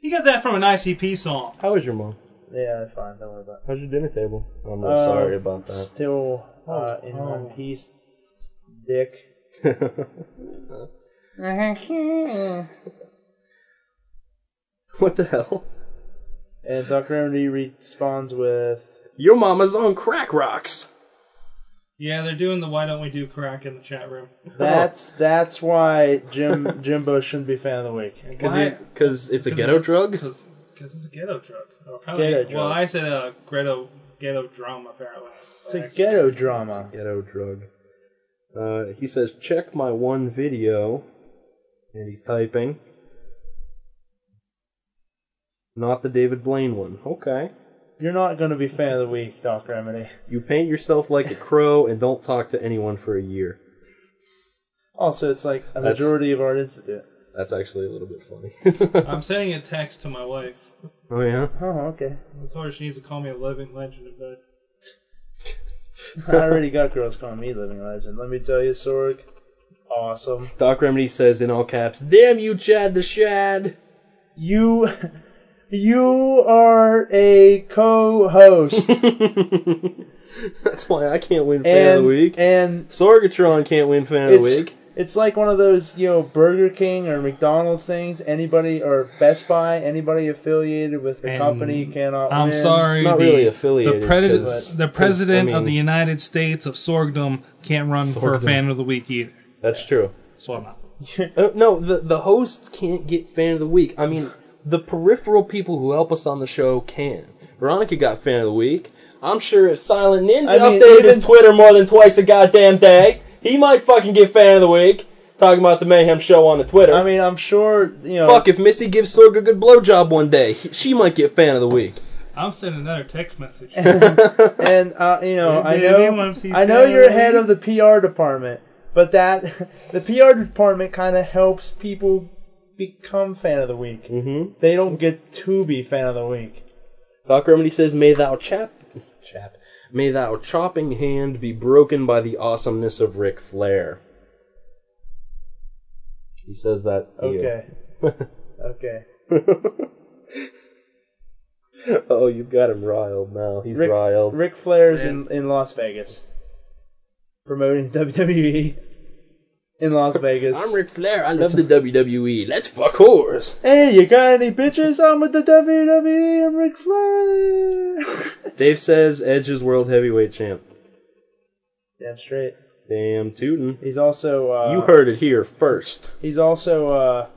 Speaker 2: You got that from an ICP song.
Speaker 3: How is your mom?
Speaker 4: Yeah, that's fine. Don't worry about it.
Speaker 3: How's your dinner table? I'm
Speaker 4: Um,
Speaker 3: really sorry about that.
Speaker 4: Still uh, in one piece, Dick.
Speaker 3: what the hell?
Speaker 4: And Doc Remedy responds with,
Speaker 3: Your mama's on crack rocks.
Speaker 2: Yeah, they're doing the "Why don't we do crack" in the chat room.
Speaker 4: "That's that's why Jim Jimbo shouldn't be fan of the week."
Speaker 2: Why-
Speaker 3: Because because it's a ghetto drug.
Speaker 2: Because it's a ghetto drug. Or
Speaker 4: Ghetto
Speaker 2: Probably, Well,
Speaker 4: drug.
Speaker 2: I said a ghetto ghetto drum apparently.
Speaker 4: It's a ghetto drama.
Speaker 3: Ghetto drug. Uh, he says, "Check my one video," and he's typing. Not the David Blaine one. Okay.
Speaker 4: You're not going to be fan of the week, Doc Remedy.
Speaker 3: You paint yourself like a crow and don't talk to anyone for a year.
Speaker 4: Also, it's like a
Speaker 3: That's-
Speaker 4: majority of Art Institute.
Speaker 3: That's actually a little bit funny.
Speaker 2: I'm sending a text to my wife.
Speaker 3: oh yeah.
Speaker 4: Oh, okay.
Speaker 2: I told her she needs to call me a living legend of that.
Speaker 4: I already got girls calling me living legend. Let me tell you, Sorg, awesome.
Speaker 3: Doc Remedy says in all caps, "Damn you, Chad the Shad."
Speaker 4: You, you are a co-host
Speaker 3: That's why I can't win fan of
Speaker 4: and
Speaker 3: the week.
Speaker 4: and
Speaker 3: Sorgatron can't win fan of the
Speaker 4: it's
Speaker 3: week.
Speaker 4: it's like one of those you know Burger King or McDonald's things. Anybody or Best Buy, anybody affiliated with the
Speaker 2: And
Speaker 4: company cannot.
Speaker 2: I'm
Speaker 4: win.
Speaker 2: sorry.
Speaker 3: Not
Speaker 2: the,
Speaker 3: really
Speaker 2: The,
Speaker 3: affiliated.
Speaker 2: predi-
Speaker 3: 'cause-
Speaker 2: the
Speaker 3: 'cause, I
Speaker 2: president of
Speaker 3: mean,
Speaker 2: the United States of Sorgdom can't run for
Speaker 3: Sorgdom.
Speaker 2: fan of the week either.
Speaker 3: That's true.
Speaker 2: So I'm not.
Speaker 3: Uh, no, the the hosts can't get fan of the week. I mean, the peripheral people who help us on the show can. Veronica got fan of the week. I'm sure if Silent Ninja
Speaker 4: I mean,
Speaker 3: updated
Speaker 4: even-
Speaker 3: his Twitter more than twice a goddamn day, he might fucking get fan of the week. Talking about the Mayhem show on the Twitter.
Speaker 4: I mean, I'm sure you know.
Speaker 3: Fuck, if Missy gives Sorg a good blowjob one day, he- she might get fan of the week.
Speaker 2: I'm sending another text message.
Speaker 4: and uh, you know, I
Speaker 2: Maybe
Speaker 4: know,
Speaker 2: once he's
Speaker 4: I know you're
Speaker 2: done.
Speaker 4: head of the PR department, but that the PR department kind of helps people become fan of the week. Mm-hmm. They don't get to be fan of the week.
Speaker 3: Doc Remedy says, May thou chap. Chap. May thou chopping hand be broken by the awesomeness of Ric Flair. He says that. to you.
Speaker 4: Okay, okay.
Speaker 3: oh, you've got him riled now. He's
Speaker 4: Rick,
Speaker 3: riled.
Speaker 4: Ric Flair's in, in Las Vegas promoting WWE in Las Vegas.
Speaker 3: I'm Ric Flair. I love the WWE. Let's fuck whores.
Speaker 4: hey, you got any bitches? I'm with the WWE. I'm Ric Flair.
Speaker 3: Dave says Edge is world heavyweight champ.
Speaker 4: Damn straight.
Speaker 3: Damn tootin'.
Speaker 4: He's also uh,
Speaker 3: you heard it here first.
Speaker 4: He's also uh,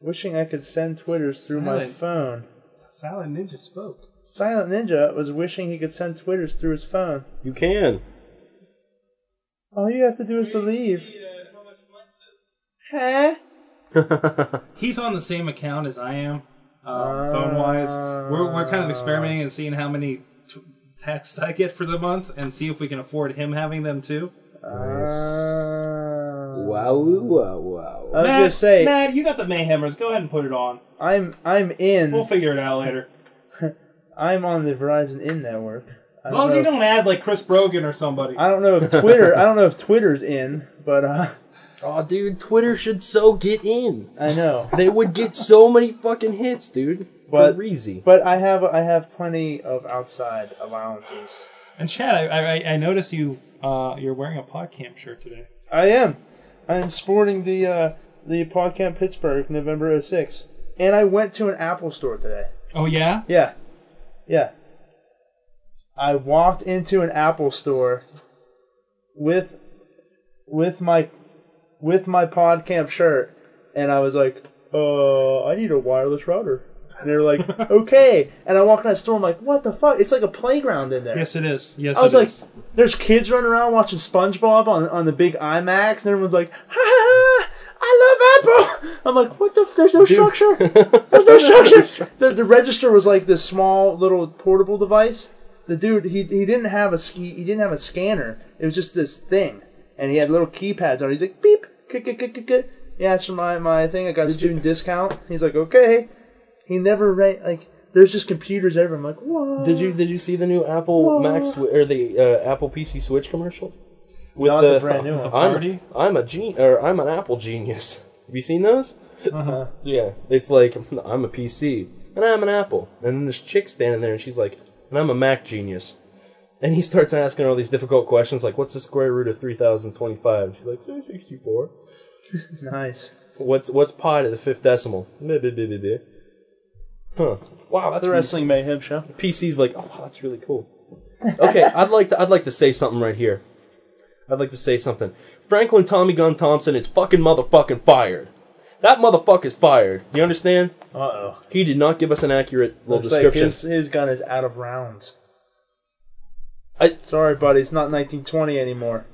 Speaker 4: wishing I could send twitters through my
Speaker 2: Silent.
Speaker 4: phone.
Speaker 2: Silent Ninja spoke.
Speaker 4: Silent Ninja was wishing he could send twitters through his phone.
Speaker 3: You can.
Speaker 4: All you have to do is believe. Huh?
Speaker 2: He's on the same account as I am, uh, phone wise. We're, we're kind of experimenting and seeing how many t- texts I get for the month and see if we can afford him having them too.
Speaker 4: Uh,
Speaker 3: Wow, wow, wow.
Speaker 4: I was gonna say
Speaker 2: Matt, you got the Mayhemers. Go ahead and put it on.
Speaker 4: I'm I'm
Speaker 2: We'll
Speaker 4: in
Speaker 2: figure it out later.
Speaker 4: I'm on the Verizon In network. I
Speaker 2: As
Speaker 4: don't,
Speaker 2: long as
Speaker 4: know
Speaker 2: you
Speaker 4: if,
Speaker 2: don't add like Chris Brogan or somebody.
Speaker 4: I don't know if Twitter I don't know if Twitter's in, but uh,
Speaker 3: Oh, dude, Twitter should so get in.
Speaker 4: I know.
Speaker 3: They would get so many fucking hits, dude.
Speaker 4: But-
Speaker 3: Crazy.
Speaker 4: But I have I have plenty of outside allowances.
Speaker 2: And Chad, I, I, I- I noticed you uh, you're wearing a PodCamp shirt today.
Speaker 4: I am. I am sporting the uh, the PodCamp Pittsburgh November 06. And I went to an Apple store today.
Speaker 2: Oh yeah,
Speaker 4: Yeah. Yeah. I walked into an Apple store with with my with my PodCamp shirt and I was like, "Uh, I need a wireless router." And they were like, "Okay." And I walk in that store I'm like, "What the fuck? It's like a playground in there."
Speaker 2: yes it is. Yes,
Speaker 4: I was
Speaker 2: it
Speaker 4: like,
Speaker 2: is.
Speaker 4: there's kids running around watching SpongeBob on, on the big IMAX, and everyone's like, ha, ha, ha, I love Apple. I'm like, what the? F- there's no structure. There's no structure. the, the register was like this small little portable device. The dude, he, he didn't have a ski, he didn't have a scanner. It was just this thing, and he had little keypads on. it. He's like, beep, kick, kick, kick, kick, kick. Yeah, it's for my my thing. I got a student discount. He's like, okay. He never ra- like. There's just computers everywhere. I'm like, what?
Speaker 3: Did you did you see the new Apple Mac swi- or the uh, Apple PC Switch commercial? With
Speaker 4: Not the brand new one.
Speaker 3: I'm,
Speaker 2: Party?
Speaker 3: I'm a gen or I'm an Apple genius. Have you seen those?
Speaker 4: Uh-huh.
Speaker 3: Yeah, it's like I'm a PC and I'm an Apple, and then this chick standing there and she's like, and I'm a Mac genius, and he starts asking her all these difficult questions like, what's the square root of three thousand twenty-five? She's like, sixty-four.
Speaker 4: Nice.
Speaker 3: What's what's pi to the fifth decimal? Blah, blah, blah, blah, blah. Huh. Wow, that's
Speaker 4: The Wrestling Mayhem Show.
Speaker 3: PC's like, oh, wow, that's really cool. Okay, I'd like to I'd like to say something right here. I'd like to say something. Franklin Tommy Gunn Thompson is fucking motherfucking fired. That motherfucker's fired. You understand?
Speaker 4: Uh oh.
Speaker 3: He did not give us an accurate little
Speaker 4: Looks like
Speaker 3: description.
Speaker 4: his, his gun is out of rounds.
Speaker 3: I-
Speaker 4: Sorry, buddy, it's not 1920 anymore.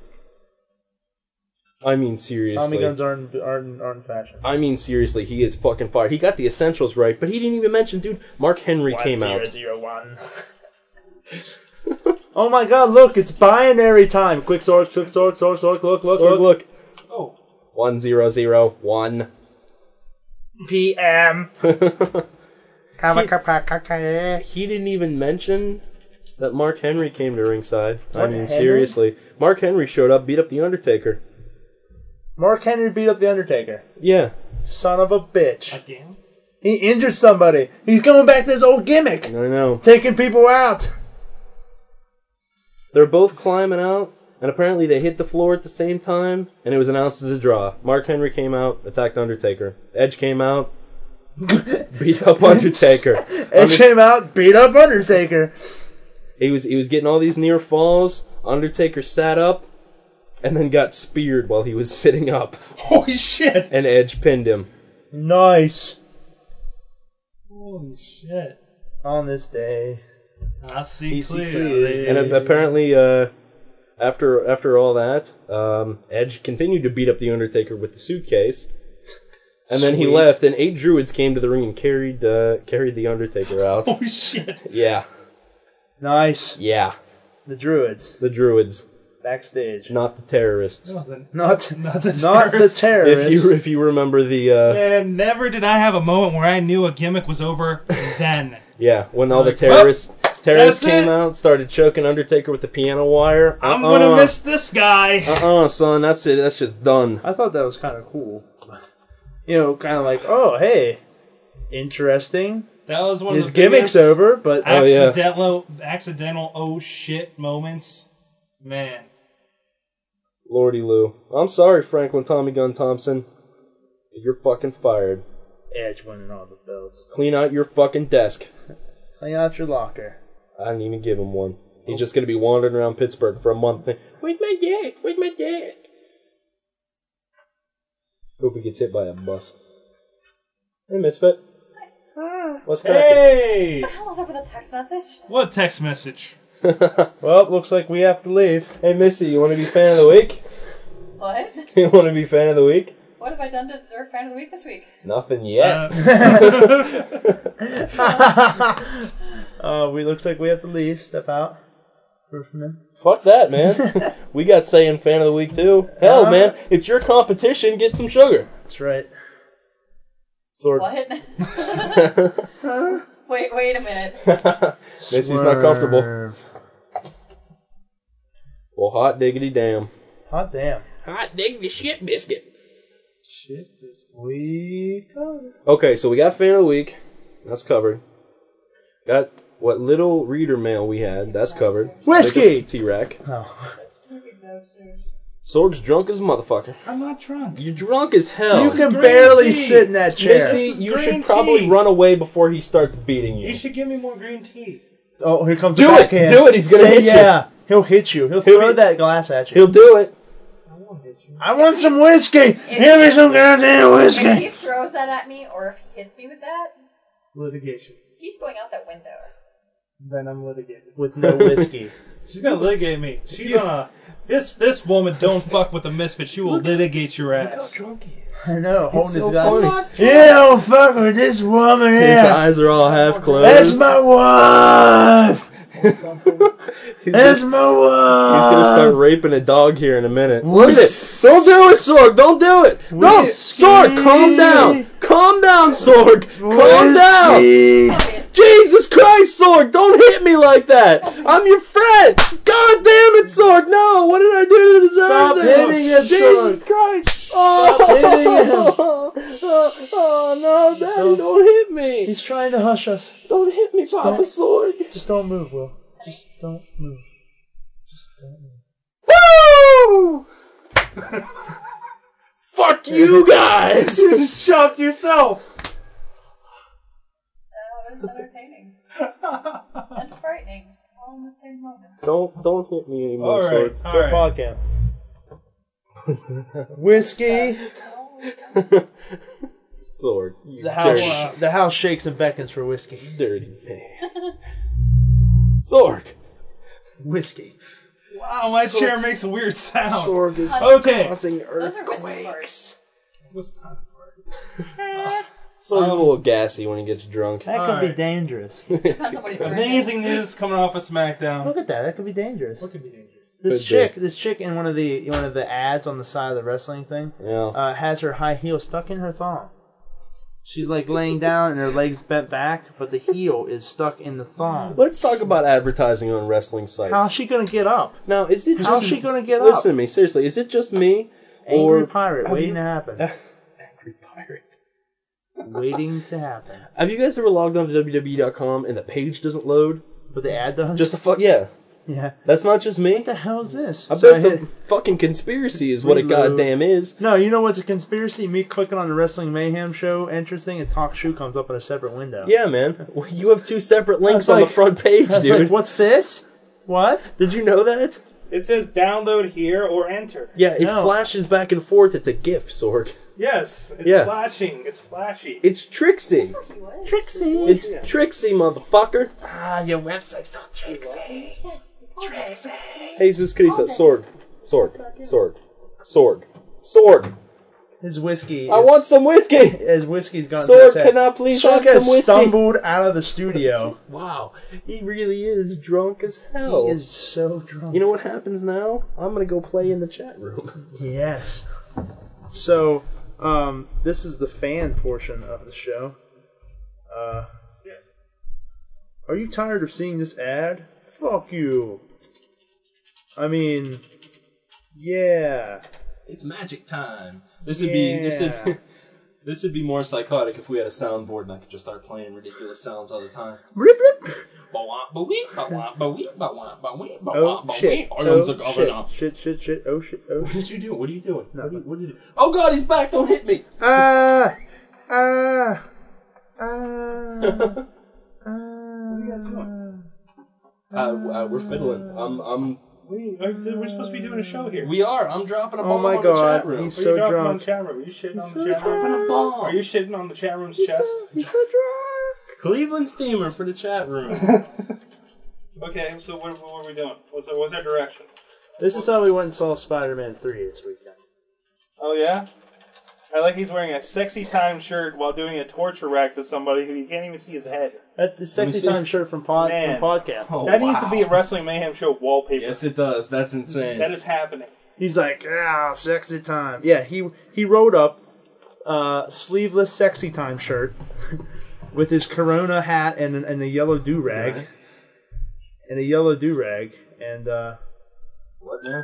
Speaker 3: I mean seriously.
Speaker 4: Tommy guns aren't aren't aren't in fashion.
Speaker 3: I mean seriously, he is fucking fired. He got the essentials right, but he didn't even mention dude, Mark Henry came out.
Speaker 4: oh my God! Look, it's binary time. Quick sork, quick sork, sork, sork. Look, look,
Speaker 3: Look,
Speaker 4: look.
Speaker 3: look.
Speaker 2: Oh.
Speaker 3: One zero zero one.
Speaker 4: PM.
Speaker 3: he didn't even mention that Mark Henry came to ringside. I
Speaker 4: Mark
Speaker 3: mean,
Speaker 4: Henry?
Speaker 3: seriously, Mark Henry showed up, beat up the Undertaker.
Speaker 4: Mark Henry beat up the Undertaker.
Speaker 3: Yeah,
Speaker 4: Son of a bitch.
Speaker 2: Again?
Speaker 4: He injured somebody. He's going back to his old
Speaker 3: I
Speaker 4: gimmick,
Speaker 3: know.
Speaker 4: taking people out.
Speaker 3: They're both climbing out, and apparently they hit the floor at the same time, and it was announced as a draw. Mark Henry came out, attacked Undertaker. Edge came out, beat up Undertaker.
Speaker 4: Edge
Speaker 3: Under-
Speaker 4: came out, beat up Undertaker.
Speaker 3: he was he was getting all these near falls. Undertaker sat up, and then got speared while he was sitting up,
Speaker 2: Holy shit!
Speaker 3: and Edge pinned him.
Speaker 4: Nice.
Speaker 2: Holy shit!
Speaker 4: On this day.
Speaker 2: I see
Speaker 4: see clearly.
Speaker 2: clearly.
Speaker 3: And ap- apparently, uh, after after all that, um, Edge continued to beat up the Undertaker with the suitcase, and then he left. And eight druids came to the ring and carried uh, carried the Undertaker out.
Speaker 2: Oh shit!
Speaker 3: yeah,
Speaker 4: Nice.
Speaker 3: yeah,
Speaker 4: The druids
Speaker 3: the druids,
Speaker 4: backstage.
Speaker 3: not the terrorists.
Speaker 4: Not
Speaker 2: Not the
Speaker 4: not the
Speaker 2: terrorists.
Speaker 4: terrorists.
Speaker 3: If you if you remember the uh,
Speaker 2: And never did I have a moment where I knew a gimmick was over then.
Speaker 3: yeah when all the
Speaker 2: Like, well,
Speaker 3: terrorists terrorists
Speaker 2: that's
Speaker 3: came
Speaker 2: it.
Speaker 3: out started choking Undertaker with the piano wire.
Speaker 2: I'm
Speaker 3: Uh-uh.
Speaker 2: gonna miss this guy.
Speaker 3: Uh uh son, that's it. That's just done.
Speaker 4: I thought that was kind of cool. You know, kind of like, oh, hey, interesting.
Speaker 2: That was one of
Speaker 4: His
Speaker 2: the
Speaker 4: gimmick's
Speaker 2: biggest
Speaker 4: over, but
Speaker 3: Oh, yeah.
Speaker 2: Accidental, accidental oh shit moments. Man,
Speaker 3: Lordy Lou. I'm sorry, Franklin Tommy Gun Thompson. You're fucking fired.
Speaker 4: oh, Edge winning all the belts.
Speaker 3: Clean out your fucking desk.
Speaker 4: Clean out your locker.
Speaker 3: I didn't even give him one. He's just gonna be wandering around Pittsburgh for a month. think, Where's my desk? Where's my desk? Hope he gets hit by a bus. Hey, Misfit. What's cracking?
Speaker 2: hey,
Speaker 7: What the hell was up with a text message?
Speaker 2: what a text message.
Speaker 4: Well, looks like we have to leave.
Speaker 3: Hey, Missy, you want to be fan of the week?
Speaker 7: What?
Speaker 3: You want to be fan of the week?
Speaker 7: What have I done to deserve fan of the week this week?
Speaker 3: Nothing yet.
Speaker 4: Uh, we looks like we have to leave. Step out. For a minute.
Speaker 3: Fuck that, man. we got saying fan of the week too. Hell,
Speaker 4: Uh,
Speaker 3: man, it's your competition. Get some sugar.
Speaker 4: That's right.
Speaker 3: Sword.
Speaker 7: What? wait, wait a minute.
Speaker 3: Missy's not comfortable. Well, hot diggity damn.
Speaker 4: Hot damn.
Speaker 3: Hot diggity shit biscuit.
Speaker 4: Shit is we covered.
Speaker 3: Okay, so we got fan of the week. That's covered. Got what little reader mail we had. That's covered.
Speaker 4: Whiskey!
Speaker 3: T rack.
Speaker 4: Oh.
Speaker 3: Sorg's drunk as a motherfucker.
Speaker 2: I'm not drunk.
Speaker 3: You drunk as hell.
Speaker 4: You can
Speaker 2: green
Speaker 4: barely
Speaker 2: tea.
Speaker 4: sit in that chair.
Speaker 3: Missy, you
Speaker 2: green
Speaker 3: should probably
Speaker 2: tea.
Speaker 3: run away before he starts beating you.
Speaker 2: You should give me more green tea.
Speaker 4: Oh, here comes
Speaker 3: Do
Speaker 4: the
Speaker 3: it,
Speaker 4: backhand.
Speaker 3: do it, he's gonna
Speaker 4: Say
Speaker 3: hit you.
Speaker 4: yeah. He'll hit you. He'll,
Speaker 3: He'll
Speaker 4: throw
Speaker 3: be-
Speaker 4: that glass at you.
Speaker 3: He'll do it.
Speaker 4: I want some whiskey. Give me some goddamn
Speaker 7: If he
Speaker 4: whiskey.
Speaker 7: throws that at me, or if he hits me with that,
Speaker 2: Litigation.
Speaker 7: he's going out that window.
Speaker 2: Then I'm litigated.
Speaker 4: With no whiskey.
Speaker 2: She's gonna litigate me. She's gonna. This this woman don't fuck with the misfit. She will litigate your ass.
Speaker 4: I know. Holding
Speaker 3: so
Speaker 4: his gun.
Speaker 3: funny.
Speaker 4: You don't fuck with this woman
Speaker 3: His
Speaker 4: here.
Speaker 3: eyes are all half closed.
Speaker 4: That's my wife.
Speaker 3: He's
Speaker 4: That's
Speaker 3: just-
Speaker 4: my
Speaker 3: He's
Speaker 4: wife.
Speaker 3: gonna start raping a dog here in a minute. Look at it.
Speaker 4: Whis-
Speaker 3: Don't do it, Sorg. Don't do it. No,
Speaker 4: Whiskey.
Speaker 3: Sorg, calm down. Calm down, Sorg. Calm down.
Speaker 4: Whiskey.
Speaker 3: Jesus Christ, Sorg, don't hit me like that. I'm your friend. God damn it, Sorg. No, what did I do to deserve
Speaker 4: Stop
Speaker 3: this?
Speaker 4: hitting it,
Speaker 3: Jesus Christ. Oh.
Speaker 4: Stop
Speaker 3: Oh, oh, no, Daddy, don't hit me.
Speaker 4: He's trying to hush us.
Speaker 3: Don't hit me, Papa Sorg.
Speaker 4: Just don't move, Will. Just don't move. Just don't move.
Speaker 3: Woo! Fuck you guys!
Speaker 4: Shoved yourself.
Speaker 7: That was Oh, entertaining. and frightening. All in the same moment.
Speaker 3: Don't don't hit me anymore,
Speaker 2: All right, all right.
Speaker 4: Podcast. Whiskey.
Speaker 3: sword. Sword. You
Speaker 4: The house,
Speaker 3: dirty,
Speaker 4: the house shakes and beckons for whiskey.
Speaker 3: dirty man. Sorg.
Speaker 4: Whiskey.
Speaker 2: Wow, Oh, my chair makes a weird sound.
Speaker 3: Sorg is
Speaker 2: Okay.
Speaker 3: causing
Speaker 7: Those are whiskey
Speaker 3: earthquakes.
Speaker 7: farts.
Speaker 3: Sorg's a little gassy when he gets drunk.
Speaker 4: That could be
Speaker 2: Alright.
Speaker 4: dangerous.
Speaker 7: Depends on what he's drinking.
Speaker 2: Amazing news coming off of SmackDown.
Speaker 4: Look at that. That could be dangerous.
Speaker 2: could be dangerous?
Speaker 4: This
Speaker 3: Could
Speaker 4: chick, this chick in one of the one of the ads on the side of the wrestling thing,
Speaker 3: Yeah.
Speaker 4: uh, has her high heel stuck in her thong. She's like laying down and her legs bent back, but the heel is stuck in the thong.
Speaker 3: Let's talk about advertising on wrestling sites.
Speaker 4: How's she gonna get up?
Speaker 3: now, is it just
Speaker 4: How's she gonna get
Speaker 3: Listen to
Speaker 4: up?
Speaker 3: me, seriously. Is it just me
Speaker 4: Angry
Speaker 3: or
Speaker 4: pirate
Speaker 3: Have
Speaker 4: waiting
Speaker 3: you-
Speaker 4: to happen.
Speaker 3: Angry pirate?
Speaker 4: waiting to happen.
Speaker 3: Have you guys ever logged on to WWE.com and the page doesn't load?
Speaker 4: But the ad does.
Speaker 3: Just the fuck yeah.
Speaker 4: yeah.
Speaker 3: That's not just me.
Speaker 4: What the hell is this?
Speaker 3: I
Speaker 4: So
Speaker 3: bet it's
Speaker 4: hit-
Speaker 3: a fucking conspiracy is what it
Speaker 4: Reload.
Speaker 3: goddamn is.
Speaker 4: No, you know what's a conspiracy? Me clicking on the Wrestling Mayhem show entrance thing and Talk Shoe comes up in a separate window.
Speaker 3: Yeah, man. Well, You have two separate links
Speaker 4: That's
Speaker 3: on the
Speaker 4: like-
Speaker 3: front page,
Speaker 4: That's
Speaker 3: dude.
Speaker 4: like, what's this? What?
Speaker 3: Did you know that?
Speaker 2: It says download here or enter.
Speaker 3: Yeah, it
Speaker 4: No.
Speaker 3: flashes back and forth. It's a GIF, Sorg.
Speaker 2: Yes, it's
Speaker 3: Yeah.
Speaker 2: flashing. It's flashy.
Speaker 3: It's Trixie.
Speaker 7: He was.
Speaker 3: It's Trixie, motherfucker.
Speaker 8: Ah, your website's all tricksy.
Speaker 7: Yes. Tracy.
Speaker 3: Jesus Cristo. Sword. Sword. Sword. Sword. Sword.
Speaker 4: His whiskey. Is,
Speaker 3: I want some whiskey.
Speaker 4: His whiskey's gone.
Speaker 3: Sword,
Speaker 4: to his head.
Speaker 3: can I please
Speaker 4: Chuck
Speaker 3: have some
Speaker 4: has
Speaker 3: whiskey?
Speaker 4: stumbled out of the studio.
Speaker 3: Wow. He really is drunk as
Speaker 4: he
Speaker 3: hell.
Speaker 4: is so drunk.
Speaker 3: You know what happens now? I'm gonna go play in the chat room.
Speaker 4: Yes. So, um, this is the fan portion of the show. Uh, are you tired of seeing this ad? Fuck you. I mean, yeah.
Speaker 3: It's magic time. This would be this
Speaker 4: Yeah.
Speaker 3: would this would be more psychotic if we had a soundboard and I could just start playing ridiculous sounds all the time.
Speaker 4: Oh
Speaker 3: Oh
Speaker 4: shit! Oh shit! Shit! Shit! Shit! Oh shit! Oh
Speaker 3: What
Speaker 4: shit!
Speaker 3: did you do? What are you doing? What, are you, what did you do? Oh god, he's back! Don't hit me!
Speaker 4: Ah! Ah! Ah!
Speaker 2: What are you guys doing?
Speaker 3: Uh, uh, we're fiddling. I'm, I'm.
Speaker 2: We, are- we're supposed to be doing a show here.
Speaker 3: We are. I'm dropping a
Speaker 4: Oh
Speaker 3: bomb
Speaker 4: my
Speaker 3: on the
Speaker 4: God,
Speaker 3: chat room.
Speaker 4: he's
Speaker 2: What are
Speaker 4: so
Speaker 2: you dropping
Speaker 4: drunk.
Speaker 2: on the chat room? Are you shitting on
Speaker 3: so
Speaker 2: the chat
Speaker 3: dropping
Speaker 2: room?
Speaker 3: a bomb.
Speaker 2: Are you shitting on the chat room's
Speaker 3: He's
Speaker 2: chest?
Speaker 3: so- he's so drunk. Cleveland steamer for the chat room.
Speaker 2: Okay, so what, what are we doing? What's our, what's our direction?
Speaker 4: This is how we went and saw Spider-Man Three this weekend.
Speaker 2: Oh yeah, I like he's wearing a sexy time shirt while doing a torture rack to somebody who you can't even see his head.
Speaker 4: That's the
Speaker 3: Let me
Speaker 4: sexy
Speaker 3: see.
Speaker 4: time shirt from pod
Speaker 2: Man.
Speaker 4: from podcast.
Speaker 3: Oh,
Speaker 2: that needs to
Speaker 3: wow.
Speaker 2: be a wrestling mayhem show wallpaper.
Speaker 3: Yes, it does. That's insane.
Speaker 2: That is happening.
Speaker 4: He's like, ah, sexy time. Yeah, he he rode up, uh, sleeveless sexy time shirt, with his Corona hat and an- and a yellow do rag,
Speaker 3: Right.
Speaker 4: and a yellow do rag, and uh,
Speaker 3: what now?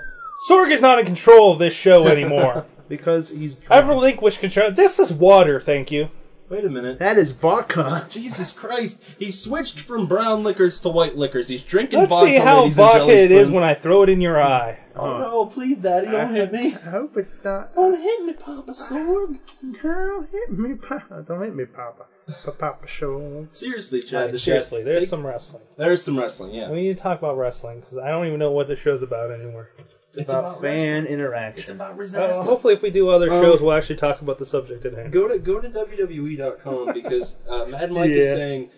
Speaker 2: Sorg is not in control of this show anymore.
Speaker 4: because he's drunk.
Speaker 2: I've relinquished control. This is water, thank you.
Speaker 3: Wait a minute.
Speaker 4: that is vodka.
Speaker 3: Jesus Christ! He switched from brown liquors to white liquors. He's drinking
Speaker 2: Let's
Speaker 3: vodka.
Speaker 2: see how
Speaker 3: ladies and
Speaker 2: vodka
Speaker 3: jelly
Speaker 2: it is
Speaker 3: spoons.
Speaker 2: when I throw it in your eye.
Speaker 3: Oh no! Please, Daddy, don't hit me!
Speaker 4: I hope it's not. oh,
Speaker 3: Don't hit me, Papa Sorg!
Speaker 4: Girl, hit me, Papa. Don't hit me, Papa. Pa- Papa, sure.
Speaker 3: Seriously, Chad. the
Speaker 2: Seriously,
Speaker 3: chat-
Speaker 2: there's
Speaker 3: take-
Speaker 2: some wrestling.
Speaker 3: There's some wrestling. Yeah,
Speaker 2: We need to talk about wrestling because I don't even know what this show's about anymore.
Speaker 3: it's
Speaker 4: About
Speaker 3: wrestling.
Speaker 4: fan interaction.
Speaker 3: about
Speaker 2: Uh,
Speaker 3: resistance.
Speaker 2: hopefully, if we do other
Speaker 3: Um,
Speaker 2: shows, we'll actually talk about the subject at hand.
Speaker 3: Go to go to WWE.com because uh, Mad Mike is
Speaker 4: Yeah.
Speaker 3: saying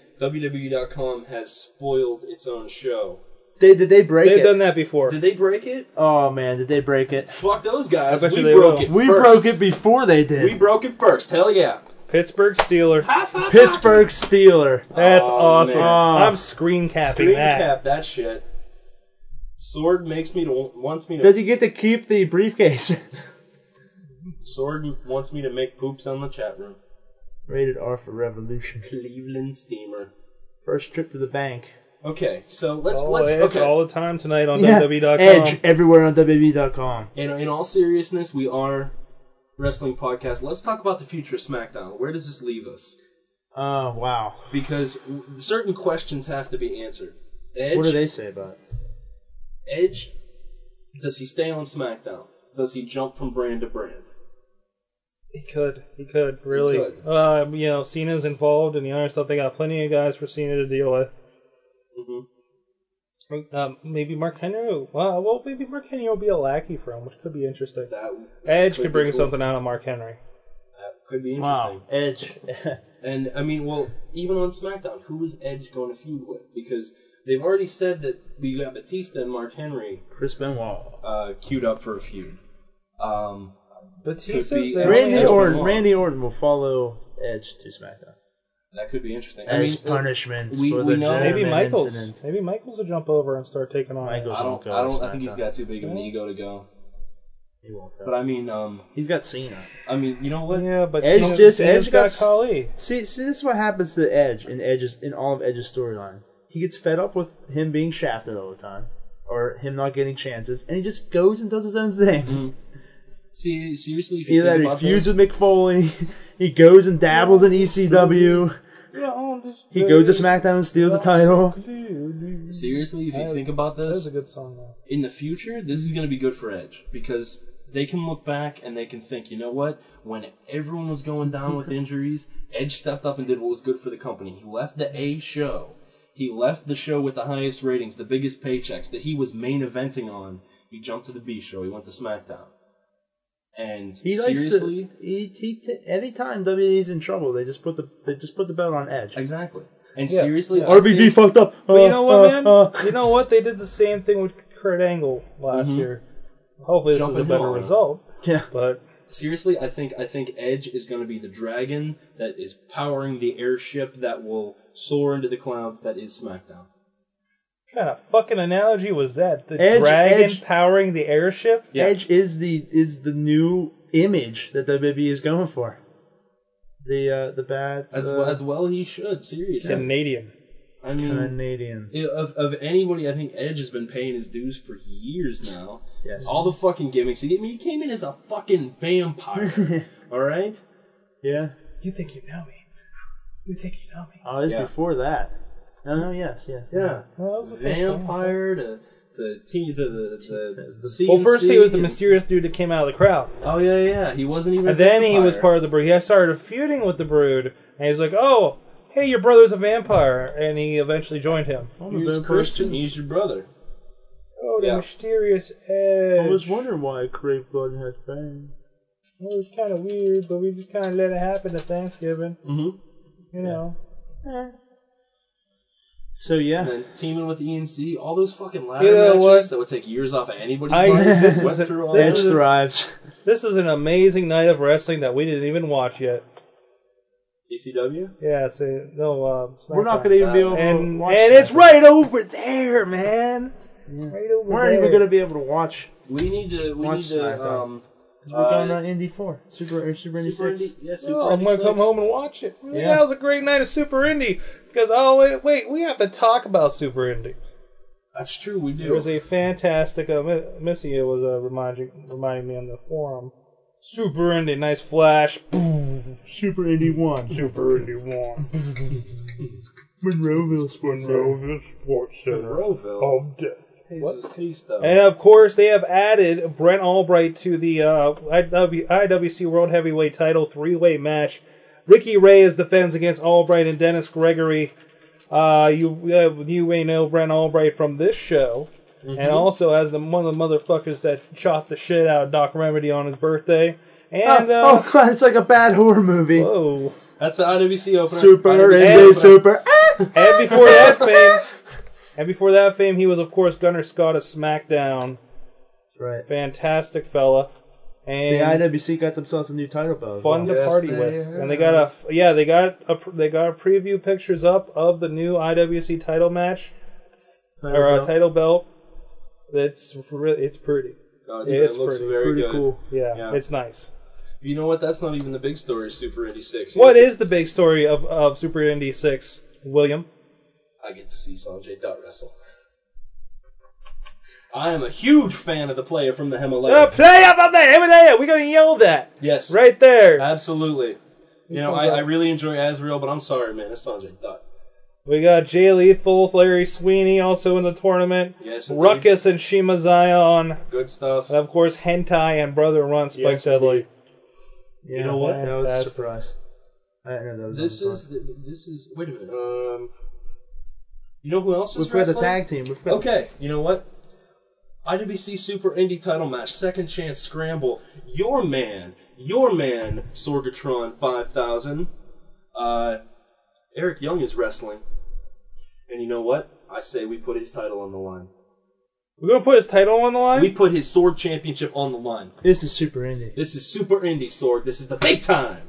Speaker 3: WWE.com has spoiled its own show.
Speaker 4: They, did they break
Speaker 2: They've
Speaker 4: it?
Speaker 2: done that before.
Speaker 3: Did they break it?
Speaker 4: oh man, did they break it?
Speaker 3: Fuck those guys.
Speaker 2: I bet
Speaker 3: we
Speaker 2: you they
Speaker 3: broke
Speaker 2: will.
Speaker 3: it.
Speaker 4: We
Speaker 3: first.
Speaker 4: broke it before they did.
Speaker 3: We broke it first. Hell yeah.
Speaker 2: Pittsburgh Steeler.
Speaker 4: Pittsburgh Steeler.
Speaker 2: That's
Speaker 3: Oh,
Speaker 2: awesome.
Speaker 3: man.
Speaker 2: Uh, I'm screen capping
Speaker 3: Screen
Speaker 2: that.
Speaker 3: cap that shit. Sword makes me to wants me to.
Speaker 4: Does he get to keep the briefcase?
Speaker 3: Sword wants me to make poops on the chat room.
Speaker 4: Rated R for Revolution.
Speaker 3: Cleveland Steamer.
Speaker 4: First trip to the bank.
Speaker 3: Okay, so let's
Speaker 2: All
Speaker 3: let's
Speaker 2: Edge
Speaker 3: okay.
Speaker 2: Oh, all the time tonight on E
Speaker 3: E
Speaker 2: WWE.com.
Speaker 4: Edge everywhere on E WWE.com.
Speaker 3: in, in all seriousness, we are wrestling podcast. Let's talk about the future of SmackDown. Where does this leave us?
Speaker 4: Oh wow.
Speaker 3: Because w- certain questions have to be answered. Edge,
Speaker 4: What do they say about it?
Speaker 3: Edge, does he stay on SmackDown? Does he jump from brand to brand?
Speaker 2: He could. He could, really.
Speaker 3: could.
Speaker 2: Uh, you know, Cena's involved and the other stuff. They got plenty of guys for Cena to deal with.
Speaker 3: hmm
Speaker 2: Um, maybe Mark Henry. will- Well, well, maybe Mark Henry will be a lackey for him, which could be interesting.
Speaker 3: That
Speaker 2: Edge
Speaker 3: be
Speaker 2: could bring
Speaker 3: cool.
Speaker 2: something out of Mark Henry.
Speaker 3: That could be interesting.
Speaker 4: Wow. Edge.
Speaker 3: And I mean, well, even on SmackDown, who is Edge going to feud with? Because they've already said that we got Batista and Mark Henry
Speaker 4: Chris Benoit.
Speaker 3: uh, queued up for a feud. Um,
Speaker 2: Batista's
Speaker 3: be
Speaker 2: there.
Speaker 3: Edge.
Speaker 4: Randy
Speaker 3: Edge
Speaker 4: Orton.
Speaker 3: Benoit.
Speaker 4: Randy Orton will follow Edge to SmackDown
Speaker 3: that could be interesting. I mean,
Speaker 4: as punishment
Speaker 3: we-
Speaker 4: for
Speaker 3: we
Speaker 4: the
Speaker 3: know-
Speaker 2: Maybe
Speaker 4: Gentleman
Speaker 2: Michael's.
Speaker 4: incident.
Speaker 2: Maybe Michael's will jump over and start taking on.
Speaker 4: Michael's-
Speaker 3: I don't.
Speaker 4: Go
Speaker 3: I don't. I think he's
Speaker 4: SmackDown.
Speaker 3: got too big of an ego to go.
Speaker 4: He won't go.
Speaker 3: But I mean, um,
Speaker 4: He's got Cena.
Speaker 3: I mean, you know what?
Speaker 2: Yeah, but
Speaker 4: Edge
Speaker 2: Cena's,
Speaker 4: just-
Speaker 2: Cena's
Speaker 4: Edge got
Speaker 2: got
Speaker 4: s-
Speaker 2: Kali.
Speaker 4: See, see, this is what happens to Edge in Edge's in all of Edge's storyline. He gets fed up with him being shafted all the time, or him not getting chances, and he just goes and does his own thing.
Speaker 3: See, seriously, if you
Speaker 4: Either
Speaker 3: think
Speaker 4: that he
Speaker 3: about
Speaker 4: feuds
Speaker 3: this,
Speaker 4: with McFoley, he goes and dabbles in E ECW,
Speaker 2: oh,
Speaker 4: he goes to SmackDown and steals the title.
Speaker 3: seriously, if you think about
Speaker 2: That
Speaker 3: this,
Speaker 2: is a good song. Though.
Speaker 3: in the future, this is going to be good for Edge because they can look back and they can think, you know what? When everyone was going down with injuries, Edge stepped up and did what was good for the company. He left the A show. He left the show with the highest ratings, the biggest paychecks that he was main eventing on. He jumped to the B show. He went to SmackDown. And
Speaker 4: He likes
Speaker 3: seriously,
Speaker 4: to. He, he t- anytime WWE's E in trouble, they just put the they just put the belt on Edge.
Speaker 3: exactly. And
Speaker 2: Yeah.
Speaker 3: seriously, I
Speaker 4: RVD
Speaker 3: think-
Speaker 4: fucked up.
Speaker 2: But you know what,
Speaker 4: Uh,
Speaker 2: man?
Speaker 4: uh,
Speaker 2: you know what? They did the same thing with Kurt Angle last year. Hopefully, this was a
Speaker 3: Mm-hmm. Jumping
Speaker 2: better
Speaker 3: hell.
Speaker 2: result.
Speaker 4: Yeah.
Speaker 2: But
Speaker 3: seriously, I think I think Edge is going to be the dragon that is powering the airship that will soar into the clouds. That is SmackDown.
Speaker 2: what kind of fucking analogy was that? The
Speaker 4: Edge-
Speaker 2: dragon
Speaker 4: Edge-
Speaker 2: powering the airship.
Speaker 3: Yeah.
Speaker 4: Edge is the is the new image that WWE is going for. The uh, the bad
Speaker 3: As
Speaker 4: uh,
Speaker 3: well as well, he should seriously.
Speaker 2: Canadian.
Speaker 3: I
Speaker 4: Hmm.
Speaker 3: mean,
Speaker 4: Canadian.
Speaker 3: i- of of anybody, I think Edge has been paying his dues for years now.
Speaker 4: Yes.
Speaker 3: All the fucking gimmicks. I mean, he came in as a fucking vampire. all right.
Speaker 4: Yeah.
Speaker 2: You think you know me? You think you know me?
Speaker 4: Oh, it's
Speaker 3: Yeah.
Speaker 4: before that. No, no, yes, yes.
Speaker 3: Yeah.
Speaker 2: Well, that was the first one.
Speaker 3: Vampire to to teen to the the, the
Speaker 2: Well, first he was the
Speaker 3: CNC and-
Speaker 2: mysterious dude that came out of the crowd.
Speaker 3: Oh yeah, yeah. He wasn't even. a
Speaker 2: And then he was
Speaker 3: vampire.
Speaker 2: part of the brood. He started feuding with the brood, and he's like, "Oh, hey, your brother's a vampire," and he eventually joined him.
Speaker 4: Oh,
Speaker 3: He was Christian. He's your brother.
Speaker 2: Oh, the
Speaker 3: Yeah.
Speaker 2: mysterious edge.
Speaker 4: I was wondering why Craig Blood has fame.
Speaker 2: It was kind of weird, but we just kind of let it happen at Thanksgiving.
Speaker 3: Mm-hmm.
Speaker 2: You know,
Speaker 4: So yeah,
Speaker 3: And then teaming with ENC, all those fucking ladder
Speaker 2: You know
Speaker 3: matches
Speaker 2: what?
Speaker 3: that would take years off of anybody's
Speaker 2: I-
Speaker 3: life.
Speaker 2: this
Speaker 3: Went
Speaker 2: is a-
Speaker 3: through all
Speaker 2: this
Speaker 3: that.
Speaker 4: Edge thrives.
Speaker 2: this is an amazing night of wrestling that we didn't even watch yet.
Speaker 3: E ECW.
Speaker 2: Yeah, so no, uh,
Speaker 4: We're not gonna even be able to
Speaker 2: And
Speaker 4: watch.
Speaker 2: and
Speaker 4: that.
Speaker 2: it's right over there, man. Right over
Speaker 4: We're not even gonna be able to watch.
Speaker 3: We need to. We need
Speaker 4: Watch
Speaker 3: to.
Speaker 4: SmackDown.
Speaker 3: Um,
Speaker 4: 'cause We're going
Speaker 3: Uh,
Speaker 4: on Indy Four, Super or Super Indy
Speaker 3: Super
Speaker 4: Six.
Speaker 3: Indy- yeah, Super
Speaker 2: Oh, I'm
Speaker 3: Indy
Speaker 2: gonna come
Speaker 3: Six.
Speaker 2: home and watch it. Yeah.
Speaker 4: Yeah.
Speaker 2: That was a great night of Super Indy. Because oh wait, wait, we have to talk about Super Indy.
Speaker 3: That's true. We
Speaker 2: There
Speaker 3: do.
Speaker 2: was a fantastic. Uh, Mi- Missy was uh, reminding reminding me on the forum. Super Indy, nice flash. Boom.
Speaker 4: Super Indy One.
Speaker 2: Super Indy one.
Speaker 4: Monroeville Sports.
Speaker 2: Rovers Sports Center
Speaker 3: Monroeville.
Speaker 2: of Death.
Speaker 3: Jesus Christo.
Speaker 2: And of course, they have added Brent Albright to the uh, IW, IWC World Heavyweight Title three-way match. Ricky Reyes defends against Albright and Dennis Gregory. Uh, you uh, you may know Brent Albright from this show, and also as the one of the motherfuckers that chopped the shit out of Doc Remedy on his birthday. And uh,
Speaker 4: oh, God, it's like a bad horror movie.
Speaker 2: whoa.
Speaker 3: That's the IWC opener.
Speaker 4: Super
Speaker 3: IWC
Speaker 4: Indy,
Speaker 3: opener.
Speaker 4: Super. Ah!
Speaker 2: and before that fame, and before that fame, he was of course Gunnar Scott of SmackDown.
Speaker 4: Right.
Speaker 2: Fantastic fella.
Speaker 4: The
Speaker 2: And
Speaker 4: IWC got themselves a new title belt. as
Speaker 2: fun
Speaker 4: well.
Speaker 2: to
Speaker 3: Yes,
Speaker 2: party
Speaker 3: they
Speaker 2: with.
Speaker 3: are.
Speaker 2: And they got a yeah, they got a pr- they got preview pictures up of the new IWC title match
Speaker 4: Title
Speaker 2: or uh,
Speaker 4: belt.
Speaker 2: title belt. It's re- it's pretty.
Speaker 3: Oh,
Speaker 2: Yeah,
Speaker 3: it's-
Speaker 2: it's
Speaker 3: it looks
Speaker 2: pretty-
Speaker 3: very
Speaker 4: Pretty
Speaker 3: good.
Speaker 4: cool.
Speaker 2: Yeah,
Speaker 3: Yeah.
Speaker 2: it's nice.
Speaker 3: You know what? That's not even the big story. of Super Indy Six.
Speaker 2: What is the big story of of Super Indy Six, William?
Speaker 3: I get to see Sanjay Dutt wrestle. I am a huge fan of the player from the Himalaya.
Speaker 2: Uh, play up on that Himalaya. We're gonna yell that
Speaker 3: Yes,
Speaker 2: right there.
Speaker 3: absolutely. You know, I, I really enjoy Azrael, but I'm sorry, man. It's Sanjay Dutt.
Speaker 2: We got Jay Lethal, Larry Sweeney also in the tournament.
Speaker 3: Yes, indeed.
Speaker 2: Ruckus and Shima Zion, and
Speaker 3: Good stuff.
Speaker 2: of course Hentai and Brother Run Spike Dudley.
Speaker 4: Yeah,
Speaker 2: You know what?
Speaker 4: That was a
Speaker 2: That's-
Speaker 4: surprise. I didn't know that was.
Speaker 3: This
Speaker 4: on the
Speaker 3: is this is. Wait a minute. Um, you know who else
Speaker 4: card.
Speaker 3: is
Speaker 4: we forgot the
Speaker 3: wrestling?
Speaker 4: tag team. We forgot
Speaker 3: Okay, you know what? IWC Super Indie Title Match, Second Chance Scramble. Your man, your man, Sorgatron 5000. Uh, Eric Young is wrestling. And you know what? I say we put his title on the line.
Speaker 2: We're gonna put his title on the line.
Speaker 3: We put his sword championship on the line.
Speaker 4: This is super indie.
Speaker 3: This is Super Indie Sword. This is the big time.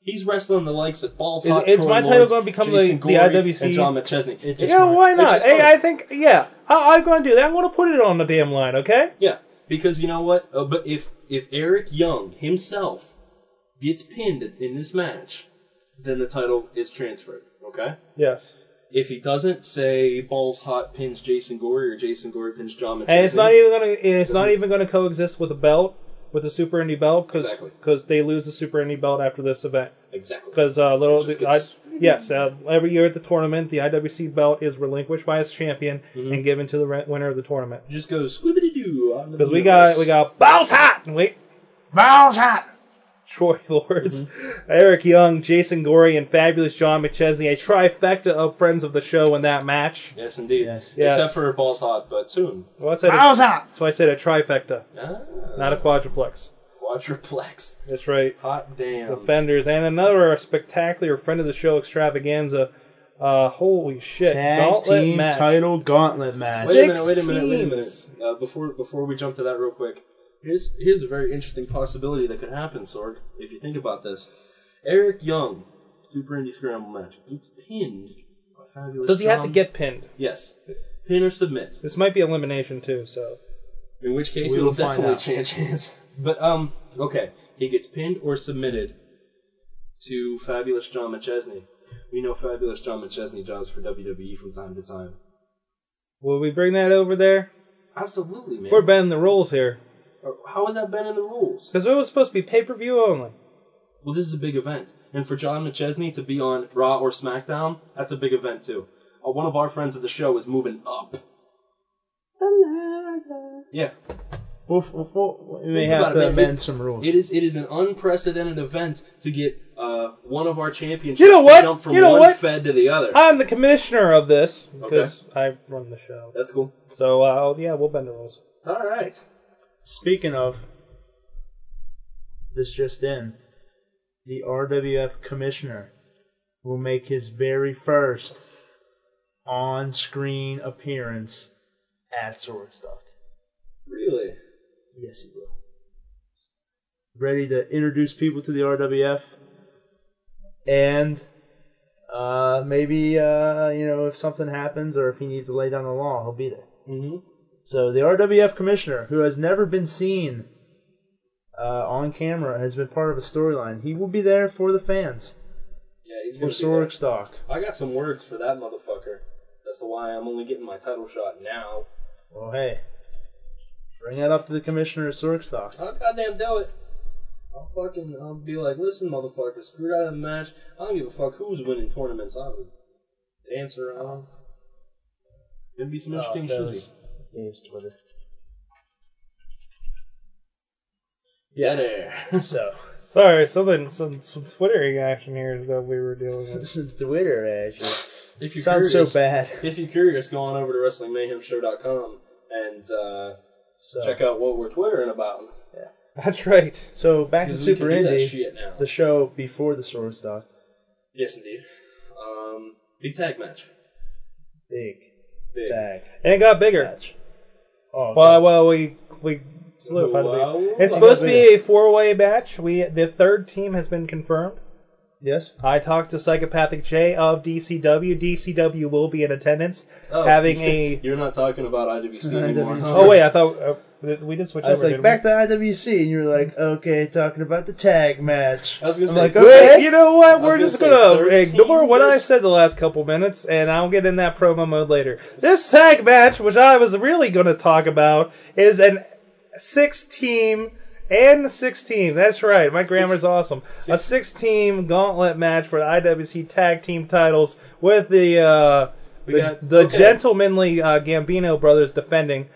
Speaker 3: He's wrestling the likes of Balls
Speaker 2: Is-
Speaker 3: Hot,
Speaker 2: is
Speaker 3: Troy
Speaker 2: my
Speaker 3: Lawrence,
Speaker 2: title gonna become the-
Speaker 3: Jason
Speaker 2: the
Speaker 3: Gorey,
Speaker 2: IWC?
Speaker 3: and John McChesney?
Speaker 4: It just
Speaker 2: yeah,
Speaker 4: might-
Speaker 2: why
Speaker 3: it
Speaker 2: not?
Speaker 3: just
Speaker 2: Hey,
Speaker 3: might.
Speaker 2: I think yeah, I, I'm gonna do that. I'm gonna put it on the damn line, okay?
Speaker 3: Yeah, because you know what? Uh, but if if Eric Young himself gets pinned in this match, then the title is transferred. Okay.
Speaker 2: Yes.
Speaker 3: If he doesn't, say Balls Hot pins Jason Gorey or Jason Gorey pins John.
Speaker 2: And it's not
Speaker 3: McChesney.
Speaker 2: even gonna it's not even gonna coexist with a belt with the Super Indie belt because
Speaker 3: Exactly.
Speaker 2: they lose the Super Indie belt after this event
Speaker 3: exactly.
Speaker 2: because uh, little
Speaker 3: It just
Speaker 2: I-
Speaker 3: gets-
Speaker 2: yes uh, every year at the tournament the IWC belt is relinquished by its champion
Speaker 3: Mm-hmm.
Speaker 2: and given to the re- winner of the tournament
Speaker 3: It just goes squibbity doo.
Speaker 2: because we got we got balls hot wait balls hot. Troy Lords,
Speaker 3: Mm-hmm.
Speaker 2: Eric Young, Jason Gorey, and fabulous John McChesney, a trifecta of friends of the show in that match.
Speaker 3: Yes, indeed.
Speaker 4: Yes.
Speaker 2: Yes.
Speaker 3: Except for Balls Hot, but soon.
Speaker 2: Well, I said a-
Speaker 4: Balls out.
Speaker 2: So I said a trifecta,
Speaker 3: Ah,
Speaker 2: not a quadruplex.
Speaker 3: quadruplex.
Speaker 2: That's right.
Speaker 3: Hot damn.
Speaker 2: Defenders and another spectacular friend of the show extravaganza. Uh, holy shit!
Speaker 4: Tag
Speaker 2: Gauntlet
Speaker 4: team
Speaker 2: match.
Speaker 4: title gauntlet match.
Speaker 2: Six
Speaker 3: wait a minute, wait a minute, wait a minute.
Speaker 2: teams.
Speaker 3: Uh, before before we jump to that real quick, here's here's a very interesting possibility that could happen, Sorg, if you think about this. Eric Young, Super Indie Scramble match, gets pinned by fabulous.
Speaker 2: Does he have to
Speaker 3: John-
Speaker 2: get pinned?
Speaker 3: Yes. Pin or submit.
Speaker 2: This might be elimination too. So
Speaker 3: In which case
Speaker 2: We
Speaker 3: it'll
Speaker 2: will find
Speaker 3: definitely
Speaker 2: out.
Speaker 3: change hands. But um okay. He gets pinned or submitted to fabulous John McChesney. We know fabulous John McChesney jobs for WWE from time to time.
Speaker 2: will we bring that over there?
Speaker 3: Absolutely, man.
Speaker 2: We're bending the rules here
Speaker 3: How has that been in the rules?
Speaker 2: because it was supposed to be pay per view only.
Speaker 3: Well, this is a big event. And for John McChesney to be on Raw or SmackDown, that's a big event too. Uh, one of our friends of the show is moving up. Yeah,
Speaker 4: We'll, we'll, we'll, we may
Speaker 3: Think
Speaker 4: have
Speaker 3: about it,
Speaker 4: to
Speaker 3: man.
Speaker 4: amend some rules.
Speaker 3: it is. It is an unprecedented event to get uh, one of our championships
Speaker 2: You know what?
Speaker 3: to jump from
Speaker 2: You know
Speaker 3: one
Speaker 2: what?
Speaker 3: Fed to the other.
Speaker 2: I'm the commissioner of this because I run the show.
Speaker 3: That's cool.
Speaker 2: So uh, yeah, we'll bend the rules.
Speaker 3: All right.
Speaker 4: Speaking of, this just in, the RWF commissioner will make his very first on screen appearance at Swordstock.
Speaker 3: Really?
Speaker 4: Yes, he will. Ready to introduce people to the RWF and uh, maybe, uh, you know, if something happens or if he needs to lay down the law, he'll be there.
Speaker 3: Mm-hmm.
Speaker 4: So the RWF commissioner, who has never been seen uh, on camera, has been part of a storyline. He will be there for the fans
Speaker 3: Yeah, he's
Speaker 4: for
Speaker 3: gonna be there.
Speaker 4: Sorgstock.
Speaker 3: I got some words for that motherfucker. That's why I'm only getting my title shot now.
Speaker 4: Well, hey, bring that up to the commissioner of Sorgstock.
Speaker 3: I'll goddamn do it. I'll fucking I'll be like, listen, motherfucker, screwed out of the match. I don't give a fuck who's winning tournaments. I would dance around. It'd be some interesting
Speaker 4: Oh, that
Speaker 3: shit.
Speaker 4: was Dave's Twitter.
Speaker 3: Yeah, there.
Speaker 4: So
Speaker 2: Sorry, something some some Twitter action here that we were dealing with.
Speaker 4: this is Twitter actually.
Speaker 3: if you're
Speaker 4: Sounds so
Speaker 3: curious,
Speaker 4: bad.
Speaker 3: If you're curious, go on over to WrestlingMayhemShow.com and uh,
Speaker 4: So,
Speaker 3: check out what we're twittering about.
Speaker 2: That's right.
Speaker 4: so back to
Speaker 3: Because we
Speaker 4: Super
Speaker 3: can do that
Speaker 4: Indy,
Speaker 3: shit now.
Speaker 4: the show before the Sorgstock.
Speaker 3: yes, indeed. Um, big tag match.
Speaker 4: Big
Speaker 3: Big.
Speaker 4: tag
Speaker 2: And it got bigger.
Speaker 4: match. Oh,
Speaker 2: Well, well, we we solidified
Speaker 3: Wow.
Speaker 2: it. It's supposed to be a four-way match. We the third team has been confirmed.
Speaker 4: yes.
Speaker 2: I talked to Psychopathic J of DCW. DCW will be in attendance,
Speaker 3: Oh,
Speaker 2: having a.
Speaker 3: You're not talking about IWC anymore.
Speaker 4: IWC.
Speaker 2: Oh wait, I thought uh, th- we did switch
Speaker 4: I was
Speaker 2: over.
Speaker 4: like, back to IWC, and you were like, okay, talking about the tag match.
Speaker 3: I was gonna
Speaker 4: I'm
Speaker 3: say,
Speaker 4: like,
Speaker 2: to wait,
Speaker 4: okay.
Speaker 2: you know what?
Speaker 3: was
Speaker 2: We're
Speaker 3: gonna
Speaker 2: just
Speaker 3: say
Speaker 2: gonna
Speaker 3: 13
Speaker 2: ignore what I
Speaker 3: versus-
Speaker 2: said the last couple minutes, and I'll get in that promo mode later. This tag match, which I was really gonna talk about, is an six-team and sixteen. That's right. My grammar's awesome. A six-team gauntlet match for the IWC tag team titles with the uh, the,
Speaker 3: got-
Speaker 2: the
Speaker 3: okay.
Speaker 2: gentlemanly uh, Gambino brothers defending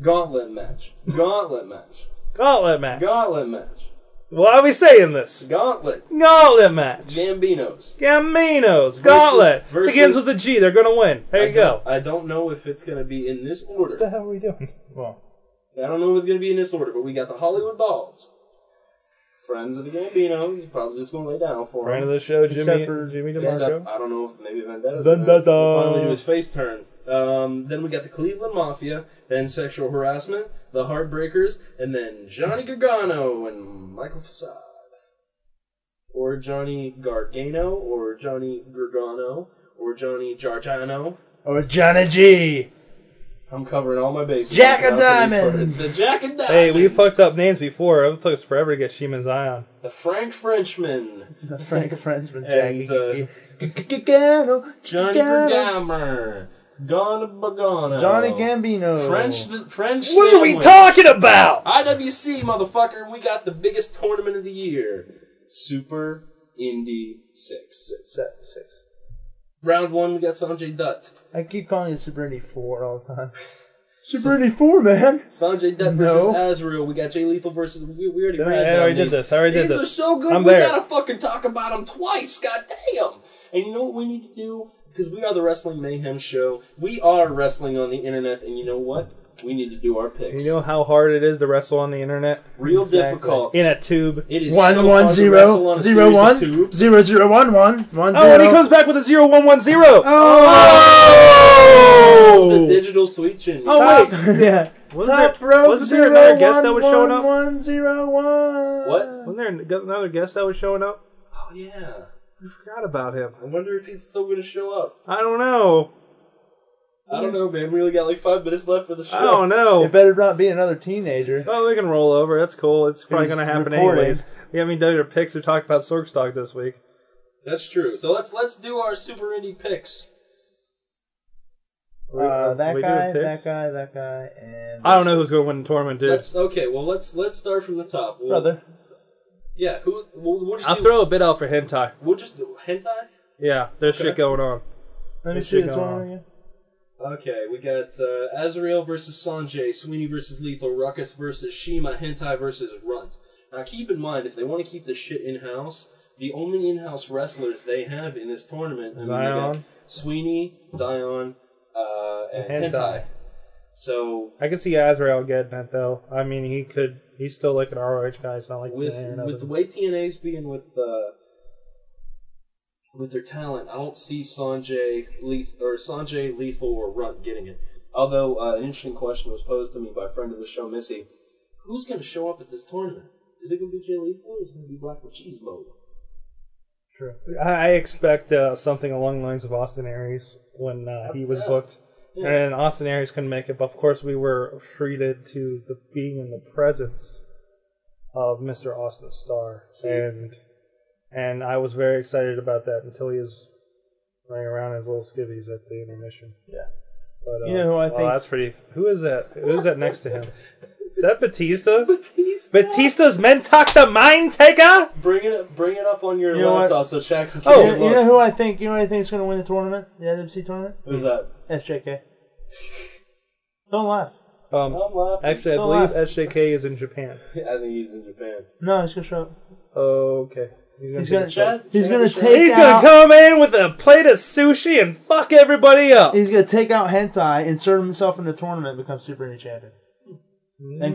Speaker 3: Gauntlet match. Gauntlet match.
Speaker 2: gauntlet match.
Speaker 3: Gauntlet match.
Speaker 2: Why are we saying this?
Speaker 3: Gauntlet.
Speaker 2: Gauntlet match.
Speaker 3: Gambinos.
Speaker 2: Gambino's Gauntlet
Speaker 3: versus-
Speaker 2: begins with a G. They're gonna win. There you
Speaker 3: I
Speaker 2: go.
Speaker 3: don't- I don't know if it's going to be in this
Speaker 2: What the
Speaker 3: order.
Speaker 2: hell are we doing?
Speaker 4: Well,
Speaker 3: I don't know if it's going to be in this order, but we got the Hollywood Balls. Friends of the Gambinos. Probably just going to lay down for
Speaker 2: Friend of
Speaker 3: them.
Speaker 2: the show, Jimmy.
Speaker 4: Except for-
Speaker 2: Jimmy
Speaker 3: Except,
Speaker 2: DeMarco.
Speaker 3: I don't know if maybe Vendetta's going
Speaker 2: Vendetta.
Speaker 3: to finally do his face turn. Um, then we got the Cleveland Mafia, then Sexual Harassment, the Heartbreakers, and then Johnny Gargano and Michael Facade. Or Johnny Gargano, or Johnny Gargano, or Johnny Giorgiano.
Speaker 4: or Johnny G.
Speaker 3: I'm covering all my bases.
Speaker 4: Jack of
Speaker 3: That's what
Speaker 4: Diamonds.
Speaker 3: these words- The Jack of Diamonds.
Speaker 2: Hey, we fucked up names before. It took us forever to get Shimon's eye on.
Speaker 3: The Frank Frenchman.
Speaker 4: The Frank Frenchman Jackie.
Speaker 3: And, uh,
Speaker 4: G.
Speaker 3: Gargano. Johnny Gargamer. Gone Bagano.
Speaker 4: Johnny Gambino.
Speaker 3: French, the, French
Speaker 2: What are we
Speaker 3: sandwich.
Speaker 2: talking about?
Speaker 3: IWC, motherfucker, we got the biggest tournament of the year. Super Indie 6.
Speaker 4: Se- six.
Speaker 3: Round 1, we got Sanjay Dutt.
Speaker 4: I keep calling it Super Indy 4 all the time. Super Indy 4, man.
Speaker 3: Sanjay Dutt
Speaker 4: No.
Speaker 3: versus Azrael. We got Jay Lethal versus... We, we already
Speaker 2: I
Speaker 3: ran down
Speaker 2: already did
Speaker 3: these.
Speaker 2: this. I already
Speaker 3: These
Speaker 2: did
Speaker 3: are
Speaker 2: this.
Speaker 3: so good,
Speaker 2: I'm
Speaker 3: we
Speaker 2: there.
Speaker 3: gotta fucking talk about them twice, god damn! And you know what we need to do? Because we are the Wrestling Mayhem Show. We are wrestling on the internet, and you know what? We need to do our picks.
Speaker 2: You know how hard it is to wrestle on the internet?
Speaker 3: Real
Speaker 4: Exactly.
Speaker 3: difficult.
Speaker 2: In a tube.
Speaker 3: It is so
Speaker 4: One
Speaker 3: hard
Speaker 4: one
Speaker 3: to wrestle on
Speaker 4: zero
Speaker 3: a
Speaker 4: zero
Speaker 3: series of
Speaker 4: one
Speaker 3: tubes.
Speaker 4: zero zero one one one
Speaker 2: Oh, and he
Speaker 4: zero.
Speaker 2: comes back with a 0110! Oh,
Speaker 3: The digital sweet chin.
Speaker 2: Oh, wait!
Speaker 4: yeah.
Speaker 2: Wasn't
Speaker 4: Top
Speaker 2: there,
Speaker 4: rope
Speaker 2: wasn't there
Speaker 4: zero,
Speaker 2: another guest
Speaker 4: one,
Speaker 2: that was
Speaker 4: one,
Speaker 2: showing up?
Speaker 4: one, zero, one.
Speaker 3: What?
Speaker 2: Wasn't there an- another guest that was showing up?
Speaker 3: Oh yeah.
Speaker 2: I forgot about him.
Speaker 3: I wonder if he's still gonna show up.
Speaker 2: I don't know.
Speaker 3: I don't know, man. We only got like five minutes left for the show.
Speaker 2: I don't know.
Speaker 4: It better not be another teenager.
Speaker 2: Oh, they can roll over. That's cool. It's probably
Speaker 4: Who's
Speaker 2: going to happen
Speaker 4: recording.
Speaker 2: anyways. We haven't done our picks or talked about Sorg Stock this week.
Speaker 3: That's true. So let's let's do our super indie picks.
Speaker 4: Uh, that
Speaker 2: we do
Speaker 4: guy,
Speaker 2: picks?
Speaker 4: that guy, that guy, and
Speaker 2: I don't know who's going to win the tournament, dude.
Speaker 3: Let's okay. Well, let's let's start from the top. We'll,
Speaker 4: brother.
Speaker 3: Yeah. Who? We'll, we'll just
Speaker 2: I'll
Speaker 3: do,
Speaker 2: throw a bit out for hentai.
Speaker 3: We'll just do hentai.
Speaker 2: Yeah, there's shit going on.
Speaker 4: Let me
Speaker 2: What's
Speaker 4: see
Speaker 2: it
Speaker 4: the
Speaker 2: going on?
Speaker 4: tournament again.
Speaker 3: Okay, we got uh, Azrael versus Sanjay, Sweeney versus Lethal, Ruckus versus Shima, Hentai versus Runt. Now keep in mind, if they want to keep this shit in house, the only in house wrestlers they have in this tournament I mean, they got
Speaker 2: Zion.
Speaker 3: Sweeney, Zion, uh, and
Speaker 2: And
Speaker 3: Hentai.
Speaker 2: Hentai.
Speaker 3: So
Speaker 2: I can see Azrael getting that though. I mean, he could. He's still like an ROH guy. He's not like
Speaker 3: with
Speaker 2: an A or
Speaker 3: with the
Speaker 2: nothing.
Speaker 3: way TNA's being with uh, with their talent, I don't see Sanjay Leth- or Sanjay Lethal or Runt getting it. Although uh, an interesting question was posed to me by a friend of the show, Missy, who's going to show up at this tournament? Is it going to be Jay Lethal or is it going to be Black with Cheese Mode?
Speaker 2: I I expect uh, something along the lines of Austin Aries when uh, he
Speaker 3: That's
Speaker 2: was
Speaker 3: tough.
Speaker 2: booked,
Speaker 3: Yeah.
Speaker 2: and Austin Aries couldn't make it. But of course, we were treated to the being in the presence of Mr. Austin Starr, and and I was very excited about that until he was running around his little skivvies at the intermission.
Speaker 4: Yeah.
Speaker 2: But,
Speaker 4: You know who I
Speaker 2: wow,
Speaker 4: think's-
Speaker 2: that's pretty. Who is that? Who's that next to him? Is that Batista?
Speaker 3: Batista,
Speaker 2: Batista's Mentakta Mind Taker?
Speaker 3: bring it bring it up on your
Speaker 4: You know what?
Speaker 3: laptop so Shaq can.
Speaker 4: Oh,
Speaker 3: take a
Speaker 4: you, know- you
Speaker 3: look.
Speaker 4: know who I think? You know who I think is going to win the tournament, the NWC tournament?
Speaker 3: who's that?
Speaker 4: SJK. Don't laugh.
Speaker 2: Um,
Speaker 3: I'm laughing.
Speaker 2: actually, I
Speaker 4: Don't
Speaker 2: believe
Speaker 4: laugh.
Speaker 2: SJK is in Japan.
Speaker 3: I think he's in Japan.
Speaker 4: No, he's going to show up.
Speaker 2: Okay.
Speaker 4: He's going to.
Speaker 3: Chad-
Speaker 4: He's
Speaker 3: Chad
Speaker 4: going
Speaker 3: is
Speaker 4: to
Speaker 3: right.
Speaker 4: take
Speaker 2: He's gonna
Speaker 4: out.
Speaker 2: come in with a plate of sushi and fuck everybody up.
Speaker 4: He's gonna take out hentai, insert himself in the tournament, become super indie champion, and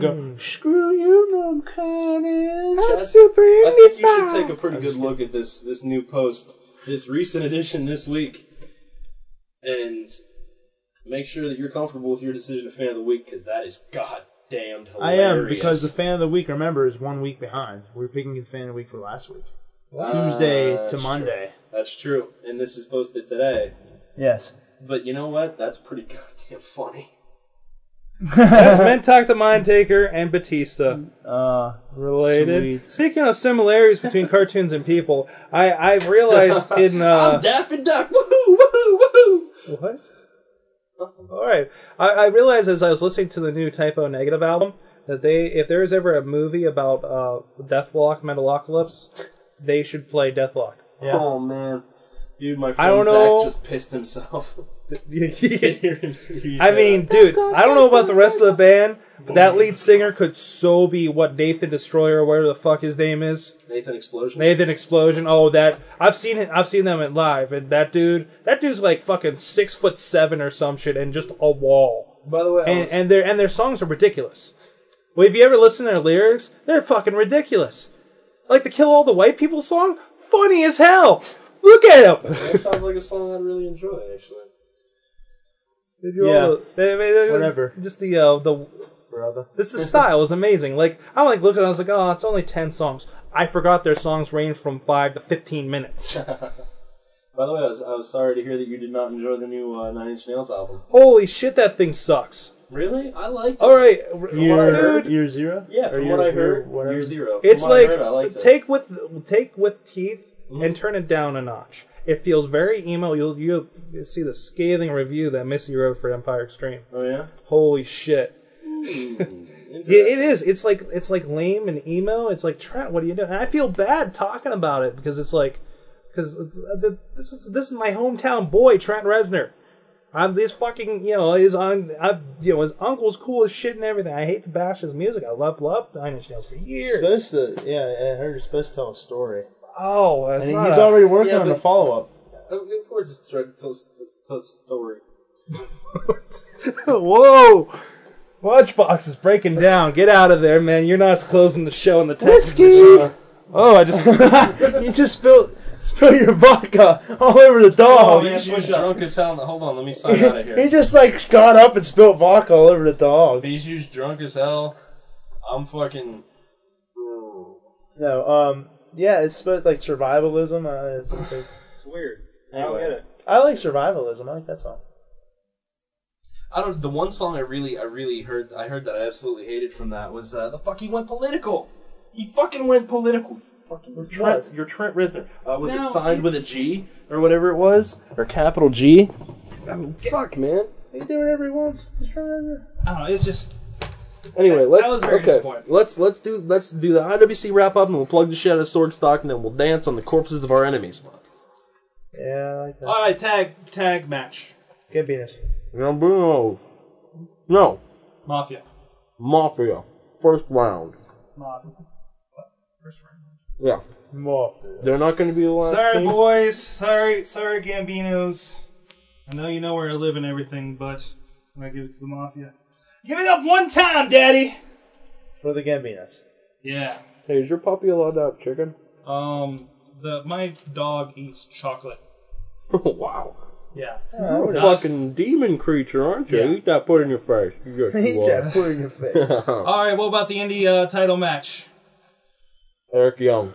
Speaker 3: Mm.
Speaker 4: go screw you, Norm Curtis.
Speaker 2: Super
Speaker 3: I think you should take a pretty good look at this this new post, this recent edition this week, and make sure that you're comfortable with your decision of fan of the week because that is goddamn hilarious.
Speaker 4: I am because the fan of the week. Remember, is one week behind. We're picking the fan of the week for last week, Tuesday
Speaker 3: That's
Speaker 4: to Monday.
Speaker 3: true. That's true, and this is posted today.
Speaker 4: Yes.
Speaker 3: But you know what? That's pretty goddamn funny.
Speaker 2: That's Mentak the Mind Taker and Batista
Speaker 3: Mm,
Speaker 4: Uh,
Speaker 2: related.
Speaker 4: Sweet.
Speaker 2: Speaking of similarities between cartoons and people, I I've realized in uh,
Speaker 3: I'm Daffy Duck. Woohoo! Woohoo! Woohoo!
Speaker 2: What? All right. I, I realized as I was listening to the new Typo Negative album that they, if there is ever a movie about uh, Deathlock, Metalocalypse, they should play Deathlock.
Speaker 4: Yeah.
Speaker 3: Oh man, dude, my
Speaker 2: I
Speaker 3: friend
Speaker 2: don't
Speaker 3: Zach
Speaker 2: know.
Speaker 3: just pissed himself.
Speaker 2: I mean, dude, I don't know about the rest of the band, but that lead singer could so be what Nathan Destroyer, or whatever the fuck his name is.
Speaker 3: Nathan explosion.
Speaker 2: Nathan Explosion. Oh, that I've seen it. I've seen them at live, and that dude, that dude's like fucking six foot seven or some shit, and just a wall.
Speaker 3: By the way, I
Speaker 2: and,
Speaker 3: was-
Speaker 2: and their and their songs are ridiculous. Well, if you ever listen to their lyrics, they're fucking ridiculous. Like the "Kill All the White People" song, funny as hell. Look at him.
Speaker 3: That sounds like a song I'd really enjoy, actually.
Speaker 4: Yeah.
Speaker 2: whatever.
Speaker 4: Whatever.
Speaker 2: Just the uh, the
Speaker 4: brother.
Speaker 2: this is style is amazing. Like I like looking, I was like, oh, it's only ten songs. I forgot their songs range from five to fifteen minutes.
Speaker 3: By the way, I was, I was sorry to hear that you did not enjoy the new uh, Nine Inch Nails album.
Speaker 2: Holy shit, that thing sucks.
Speaker 3: Really? Oh, I liked it.
Speaker 2: All right, r-
Speaker 4: Year,
Speaker 2: dude.
Speaker 4: year zero.
Speaker 3: Yeah,
Speaker 4: Or
Speaker 3: from
Speaker 4: year-
Speaker 3: what I
Speaker 4: year
Speaker 3: heard,
Speaker 4: whatever.
Speaker 3: year zero. From
Speaker 2: It's
Speaker 3: what
Speaker 2: like
Speaker 3: I heard, I liked it.
Speaker 2: take with take with teeth and turn it down a notch. It feels very emo. You'll you'll see the scathing review that Missy wrote for Empire Extreme.
Speaker 3: Oh yeah.
Speaker 2: Holy shit! Yeah, it is. It's like it's like lame and emo. It's like Trent, what are you doing? And I feel bad talking about it because it's like because this is this is my hometown boy, Trent Reznor. I'm this fucking you know his on I you know his uncle's cool as shit and everything. I hate to bash his music. I love love Nine Inch Nails for years.
Speaker 4: Supposed to, yeah, I heard you're supposed to tell a story.
Speaker 2: oh, that's
Speaker 4: And
Speaker 2: not
Speaker 4: he's
Speaker 2: a-
Speaker 4: already working
Speaker 3: Yeah,
Speaker 4: on a
Speaker 3: but-
Speaker 4: follow up.
Speaker 3: Of Uh, of course, it's Drug Toast Toast Story.
Speaker 2: Whoa! Lunchbox is breaking down. Get out of there, man. You're not closing the show in the Texas.
Speaker 4: Whiskey!
Speaker 2: Oh, I just.
Speaker 4: you just spilled spill your vodka all over the
Speaker 2: Oh,
Speaker 4: dog.
Speaker 3: you Oh, just was drunk as hell. Hold on, let me sign out of
Speaker 4: he
Speaker 3: here.
Speaker 4: just like got up and spilled vodka all over the dog.
Speaker 3: Bijou's drunk as hell. I'm fucking.
Speaker 4: No, um, yeah, it's supposed like survivalism. Uh, it's, it's,
Speaker 3: Anyway,
Speaker 4: I like survivalism. I like that song.
Speaker 3: I don't. The one song I really, I really heard, I heard that I absolutely hated from that was uh, the fuck. He went political. He fucking went political. Fucking Trent, you're Trent Reznor. Uh, was it
Speaker 2: No,
Speaker 3: signed with a
Speaker 2: it's-
Speaker 3: G or whatever it was, or capital G? I mean, fuck, man.
Speaker 4: He can do whatever he wants. Just try whatever.
Speaker 2: I don't know. It's just.
Speaker 3: Anyway, let's
Speaker 2: was very
Speaker 3: okay.
Speaker 2: disappointing.
Speaker 3: Let's let's do let's do the IWC wrap up, and we'll plug the shit out of Sword Stock, and then we'll dance on the corpses of our enemies.
Speaker 4: Yeah, I like that.
Speaker 2: All right, tag tag match.
Speaker 4: Get Venus.
Speaker 3: No, no,
Speaker 2: Mafia.
Speaker 3: mafia. First round.
Speaker 2: Mafia. First round.
Speaker 3: Yeah,
Speaker 4: More.
Speaker 3: they're not going to be allowed.
Speaker 2: Sorry, boys. Sorry, sorry, Gambinos. I know you know where I live and everything, but I'm gonna give it to the mafia. Give it up one time, Daddy.
Speaker 4: For the Gambinos.
Speaker 2: Yeah.
Speaker 3: Hey, is your puppy allowed to have chicken?
Speaker 2: Um. The my dog eats chocolate.
Speaker 3: wow.
Speaker 2: Yeah.
Speaker 3: You're a fucking demon creature, aren't you?
Speaker 2: Yeah.
Speaker 3: Eat that put in your face. You just
Speaker 4: He
Speaker 3: walk.
Speaker 4: got put in your face.
Speaker 2: All right. What about the indie uh, title match?
Speaker 3: Eric Young.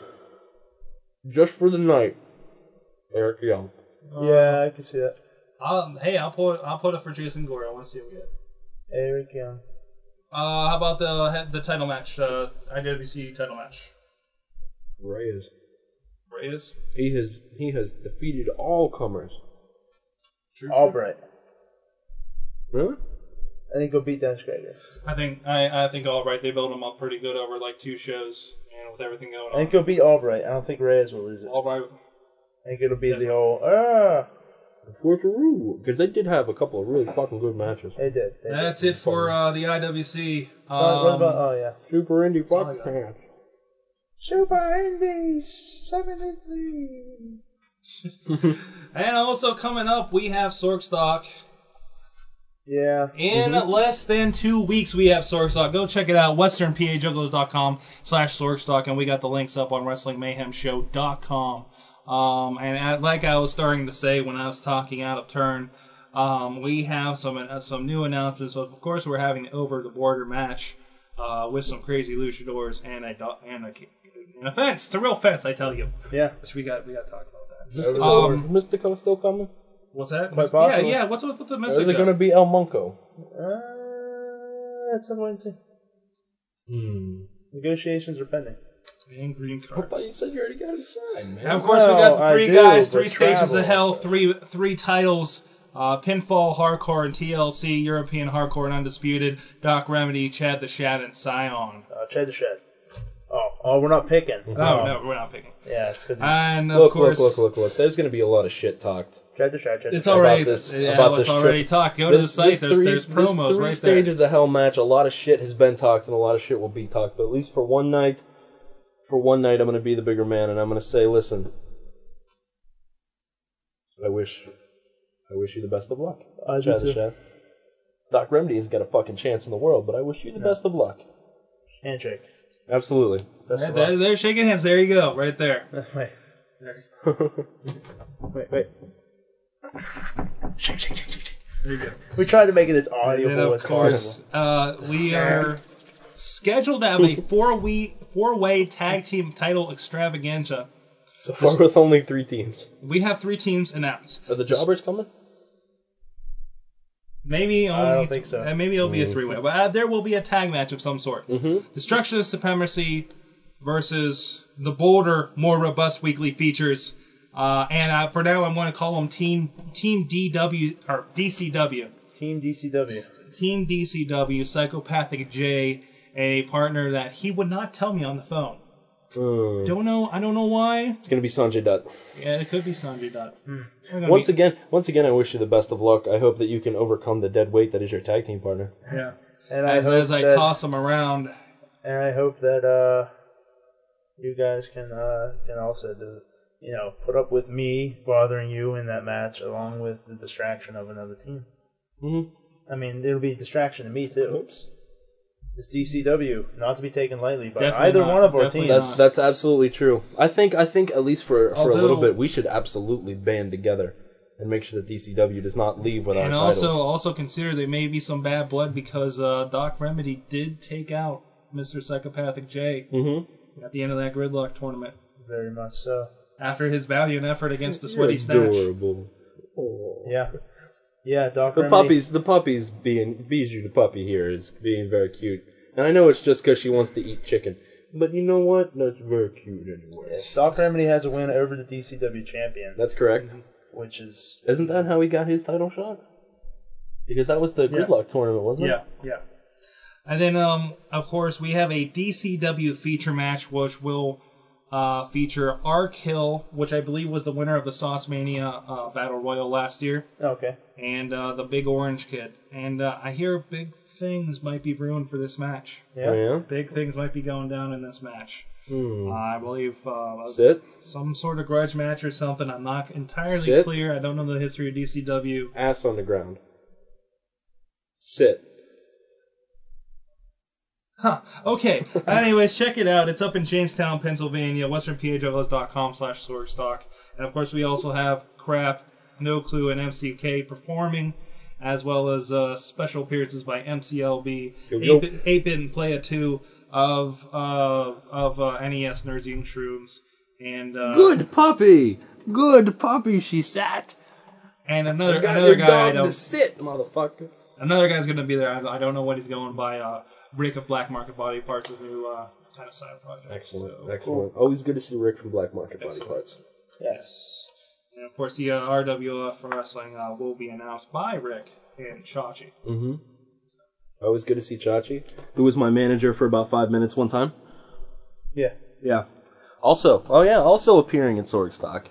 Speaker 3: Just for the night. Eric Young.
Speaker 4: yeah, I can see that.
Speaker 2: Um. Hey, I'll put I'll put it for Jason Gore. I want to see him get. it.
Speaker 4: Eric Young.
Speaker 2: Uh. How about the the title match? Uh. IWC title match.
Speaker 3: Reyes.
Speaker 2: Reyes.
Speaker 3: He has he has defeated all comers.
Speaker 4: Albright.
Speaker 3: Really?
Speaker 4: I think he'll beat Dennis Gregor.
Speaker 2: I think I I think all right. They built him up pretty good over like two shows, and with everything going
Speaker 4: I
Speaker 2: on.
Speaker 4: think he'll beat Albright. I don't think Reyes will lose it.
Speaker 2: All right.
Speaker 4: I think it'll be the whole, ah.
Speaker 3: Because they did have a couple of really fucking good matches.
Speaker 4: They did. They did.
Speaker 2: That's it for uh, the IWC.
Speaker 4: So, what
Speaker 2: Um,
Speaker 4: about, oh, yeah.
Speaker 3: Super indie fucking pants.
Speaker 4: Super Indy 73.
Speaker 2: and also coming up, we have Sorkstock.
Speaker 4: Yeah.
Speaker 2: In less than two weeks, we have Sorkstock. Go check it out, westernpajugglers.com slash Sorkstock, and we got the links up on WrestlingMayhemShow.com. Um, and I, like I was starting to say when I was talking out of turn, um, we have some uh, some new announcements. Of course, we're having the over the border match uh, with some crazy luchadors and a, do- and, a, and a fence. It's a real fence, I tell you.
Speaker 4: Yeah.
Speaker 2: Which we got we got to talk about that. Um,
Speaker 3: Mystico, Mystico still coming?
Speaker 2: What's that?
Speaker 4: Quite possibly.
Speaker 2: Yeah, yeah. What's up with the
Speaker 3: Or is
Speaker 2: message?
Speaker 3: it going to be El Munco?
Speaker 4: Uh, that's a Wednesday.
Speaker 3: Hmm.
Speaker 4: Negotiations are pending.
Speaker 2: and green
Speaker 3: I thought
Speaker 2: cards?
Speaker 3: you said you already got him signed, man.
Speaker 2: And of course,
Speaker 4: No,
Speaker 2: we got the
Speaker 4: I
Speaker 2: three
Speaker 4: do,
Speaker 2: guys,
Speaker 4: but
Speaker 2: three stages
Speaker 4: travel.
Speaker 2: of hell, three three titles: uh, pinfall, hardcore, and TLC. European hardcore and undisputed. Doc Remedy, Chad the Shad, and Scion.
Speaker 4: Uh, Chad the Shed. Oh, oh, we're not picking.
Speaker 2: Oh no, we're not picking.
Speaker 4: Yeah, it's because
Speaker 2: And of
Speaker 3: look,
Speaker 2: course,
Speaker 3: look, look, look, look. There's going to be a lot of shit talked.
Speaker 4: Chad the Shed. Chad the
Speaker 2: it's
Speaker 4: Shed.
Speaker 2: already
Speaker 3: this-
Speaker 2: yeah,
Speaker 3: about
Speaker 2: it's
Speaker 3: this
Speaker 2: already
Speaker 3: trip.
Speaker 2: talked. Go to the
Speaker 3: This-
Speaker 2: site.
Speaker 3: this
Speaker 2: There's
Speaker 3: three-
Speaker 2: there's
Speaker 3: this
Speaker 2: promos
Speaker 3: three
Speaker 2: right
Speaker 3: stages of Hell match. A lot of shit has been talked, and a lot of shit will be talked. But at least for one night, for one night, I'm going to be the bigger man, and I'm going to say, listen, I wish, I wish you the best of luck.
Speaker 4: I do
Speaker 3: Chad the
Speaker 4: too.
Speaker 3: Chef. Doc Remedy has got a fucking chance in the world, but I wish you the best of luck.
Speaker 4: Handshake.
Speaker 3: Absolutely.
Speaker 4: That's
Speaker 2: there.
Speaker 4: the
Speaker 2: They're, they're shaking hands. There you go, right there.
Speaker 4: rock. Wait. Wait, wait.
Speaker 2: There you go.
Speaker 4: We tried to make it as
Speaker 2: And
Speaker 4: audible
Speaker 2: of
Speaker 4: as possible.
Speaker 2: course, uh, we are scheduled to have a four we four way tag team title extravaganza.
Speaker 3: so far with only three teams.
Speaker 2: We have three teams announced.
Speaker 3: Are the jobbers coming?
Speaker 2: Maybe only,
Speaker 4: don't think so. Mm-hmm.
Speaker 2: uh, maybe it'll be a three way, but uh, there will be a tag match of some sort. Destruction of Supremacy versus the bolder, more robust weekly features. Uh, and uh, for now, I'm going to call them Team Team DW or DCW.
Speaker 4: Team DCW.
Speaker 2: Team DCW, Psychopathic J, a partner that he would not tell me on the phone.
Speaker 3: Mm.
Speaker 2: Don't know. I don't know why.
Speaker 3: It's going to be Sanjay Dutt.
Speaker 2: Yeah, it could be Sanjay Dutt. They're gonna
Speaker 3: Once
Speaker 2: be-
Speaker 3: again, once again, I wish you the best of luck. I hope that you can overcome the dead weight that is your tag team partner.
Speaker 2: yeah.
Speaker 4: And I
Speaker 2: As,
Speaker 4: hope
Speaker 2: as I
Speaker 4: that,
Speaker 2: toss them around,
Speaker 4: and I hope that uh, you guys can uh, can also do, you know put up with me bothering you in that match, along with the distraction of another team.
Speaker 3: Mhm.
Speaker 4: I mean, it'll be a distraction to me too. Mm-hmm. Oops. This DCW, not to be taken lightly by
Speaker 2: Definitely
Speaker 4: either
Speaker 2: not.
Speaker 4: one of our
Speaker 2: Definitely
Speaker 4: teams.
Speaker 2: not.
Speaker 3: That's that's absolutely true. I think I think at least for, for a little
Speaker 2: Although-
Speaker 3: bit we should absolutely band together and make sure that DCW does not leave with
Speaker 2: and
Speaker 3: our
Speaker 2: also
Speaker 3: titles.
Speaker 2: also consider there may be some bad blood because uh, Doc Remedy did take out Mr. Psychopathic J
Speaker 3: Mm-hmm.
Speaker 2: at the end of that gridlock tournament
Speaker 4: Very much so.
Speaker 2: after his valiant effort against the Sweaty Snatch.
Speaker 3: adorable. Aw.
Speaker 4: Yeah. Yeah, Doc
Speaker 3: The
Speaker 4: Remedy-
Speaker 3: puppies, the puppies being Bijou, the puppy here is being very cute, and I know it's just because she wants to eat chicken. But you know what? That's very cute anyway.
Speaker 4: Doc Remedy has a win over the DCW champion,
Speaker 3: That's correct.
Speaker 4: which is
Speaker 3: Isn't that how he got his title shot? Because that was the
Speaker 4: Yeah.
Speaker 3: gridlock tournament, wasn't it?
Speaker 4: yeah, yeah.
Speaker 2: And then, um, of course, we have a DCW feature match, which will uh, feature Ark Hill, which I believe was the winner of the Sauce Mania uh, Battle Royal last year,
Speaker 4: Okay.
Speaker 2: and uh, the Big Orange Kid. And uh, I hear big things might be brewing for this match.
Speaker 4: Yeah.
Speaker 3: Oh,
Speaker 2: Big things might be going down in this match.
Speaker 3: yeah? Hmm.
Speaker 2: I believe uh,
Speaker 3: That's it.
Speaker 2: some sort of grudge match or something. I'm not entirely
Speaker 3: Sit.
Speaker 2: clear. I don't know the history of DCW.
Speaker 3: Ass on the ground. Sit.
Speaker 2: Huh. Okay. Anyways, check it out. It's up in Jamestown, Pennsylvania, westernpajugglers.com slash stock. And of course, we also have Crap, No Clue, and MCK performing, as well as uh, special appearances by MCLB,
Speaker 3: Yo, yo.
Speaker 2: 8-Bit 8-Bit and Playa 2 of uh, of uh, NES Nerds Eating Shrooms. And uh,
Speaker 3: Good puppy! Good puppy, she sat!
Speaker 2: and
Speaker 3: You
Speaker 2: another
Speaker 3: got
Speaker 2: another
Speaker 3: your
Speaker 2: guy I
Speaker 3: dog to
Speaker 2: don't
Speaker 3: sit, motherfucker.
Speaker 2: Another guy's gonna be there. I, I don't know what he's going by. Uh, Rick of Black Market Body Parts, his new uh, kind of side project.
Speaker 3: Excellent,
Speaker 2: So,
Speaker 3: excellent. Always good to see Rick from Black Market Body
Speaker 2: Excellent.
Speaker 3: Parts.
Speaker 2: Yes. And of course, the uh, RWF for wrestling uh, will be announced by Rick and Chachi.
Speaker 3: Mm-hmm. Always good to see Chachi, who was my manager for about five minutes one time.
Speaker 4: Yeah.
Speaker 3: Yeah. Also, oh yeah, also appearing in Sorgstock.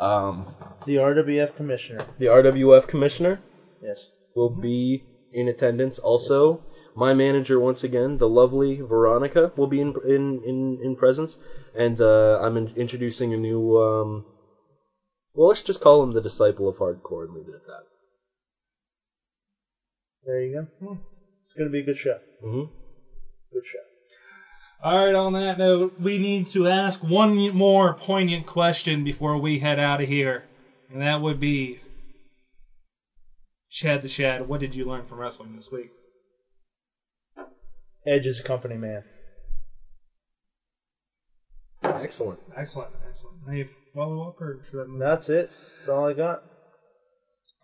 Speaker 3: Um,
Speaker 4: The RWF commissioner.
Speaker 3: the RWF commissioner
Speaker 4: Yes.
Speaker 3: will be in attendance. Also, my manager once again, the lovely Veronica, will be in in in, in presence, and uh, I'm in, introducing a new. Um, well, let's just call him the disciple of hardcore and leave it at that.
Speaker 4: There you go. Hmm. It's gonna be a good show.
Speaker 3: hmm
Speaker 4: Good show.
Speaker 2: All right. On that note, we need to ask one more poignant question before we head out of here, and that would be, Chad the Shad, what did you learn from wrestling this week?
Speaker 4: Edge is a company man.
Speaker 3: Excellent.
Speaker 2: Excellent, excellent. Any follow up or should I move?
Speaker 4: That's it. That's all I got.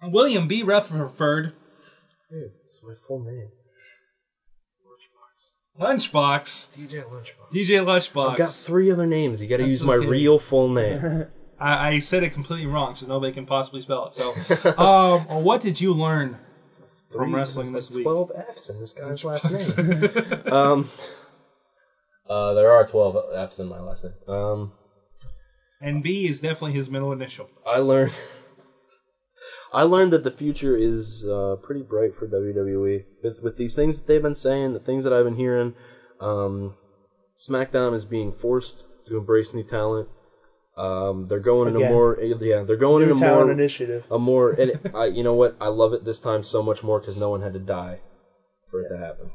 Speaker 2: William B. Rutherford
Speaker 3: Yeah, it's my full name.
Speaker 2: Lunchbox.
Speaker 3: DJ Lunchbox.
Speaker 2: DJ Lunchbox.
Speaker 3: I've got three other names. You got to
Speaker 2: That's
Speaker 3: use my
Speaker 2: okay.
Speaker 3: real full name.
Speaker 2: I, I said it completely wrong, so nobody can possibly spell it. So, um, what did you learn from
Speaker 3: Three-
Speaker 2: wrestling
Speaker 3: there's like
Speaker 2: this week?
Speaker 3: Twelve F's in this guy's last name. um, uh, there are twelve F's in my last name. Um,
Speaker 2: And B is definitely his middle initial.
Speaker 3: I learned. I learned that the future is uh, pretty bright for WWE with with these things that they've been saying, the things that I've been hearing. Um, SmackDown is being forced to embrace new talent. Um, they're going into
Speaker 4: Again.
Speaker 3: more, eh, yeah, they're going
Speaker 4: New
Speaker 3: into
Speaker 4: Talent
Speaker 3: more
Speaker 4: Initiative.
Speaker 3: a more and I you know what I love it this time so much more because no one had to die for it to happen.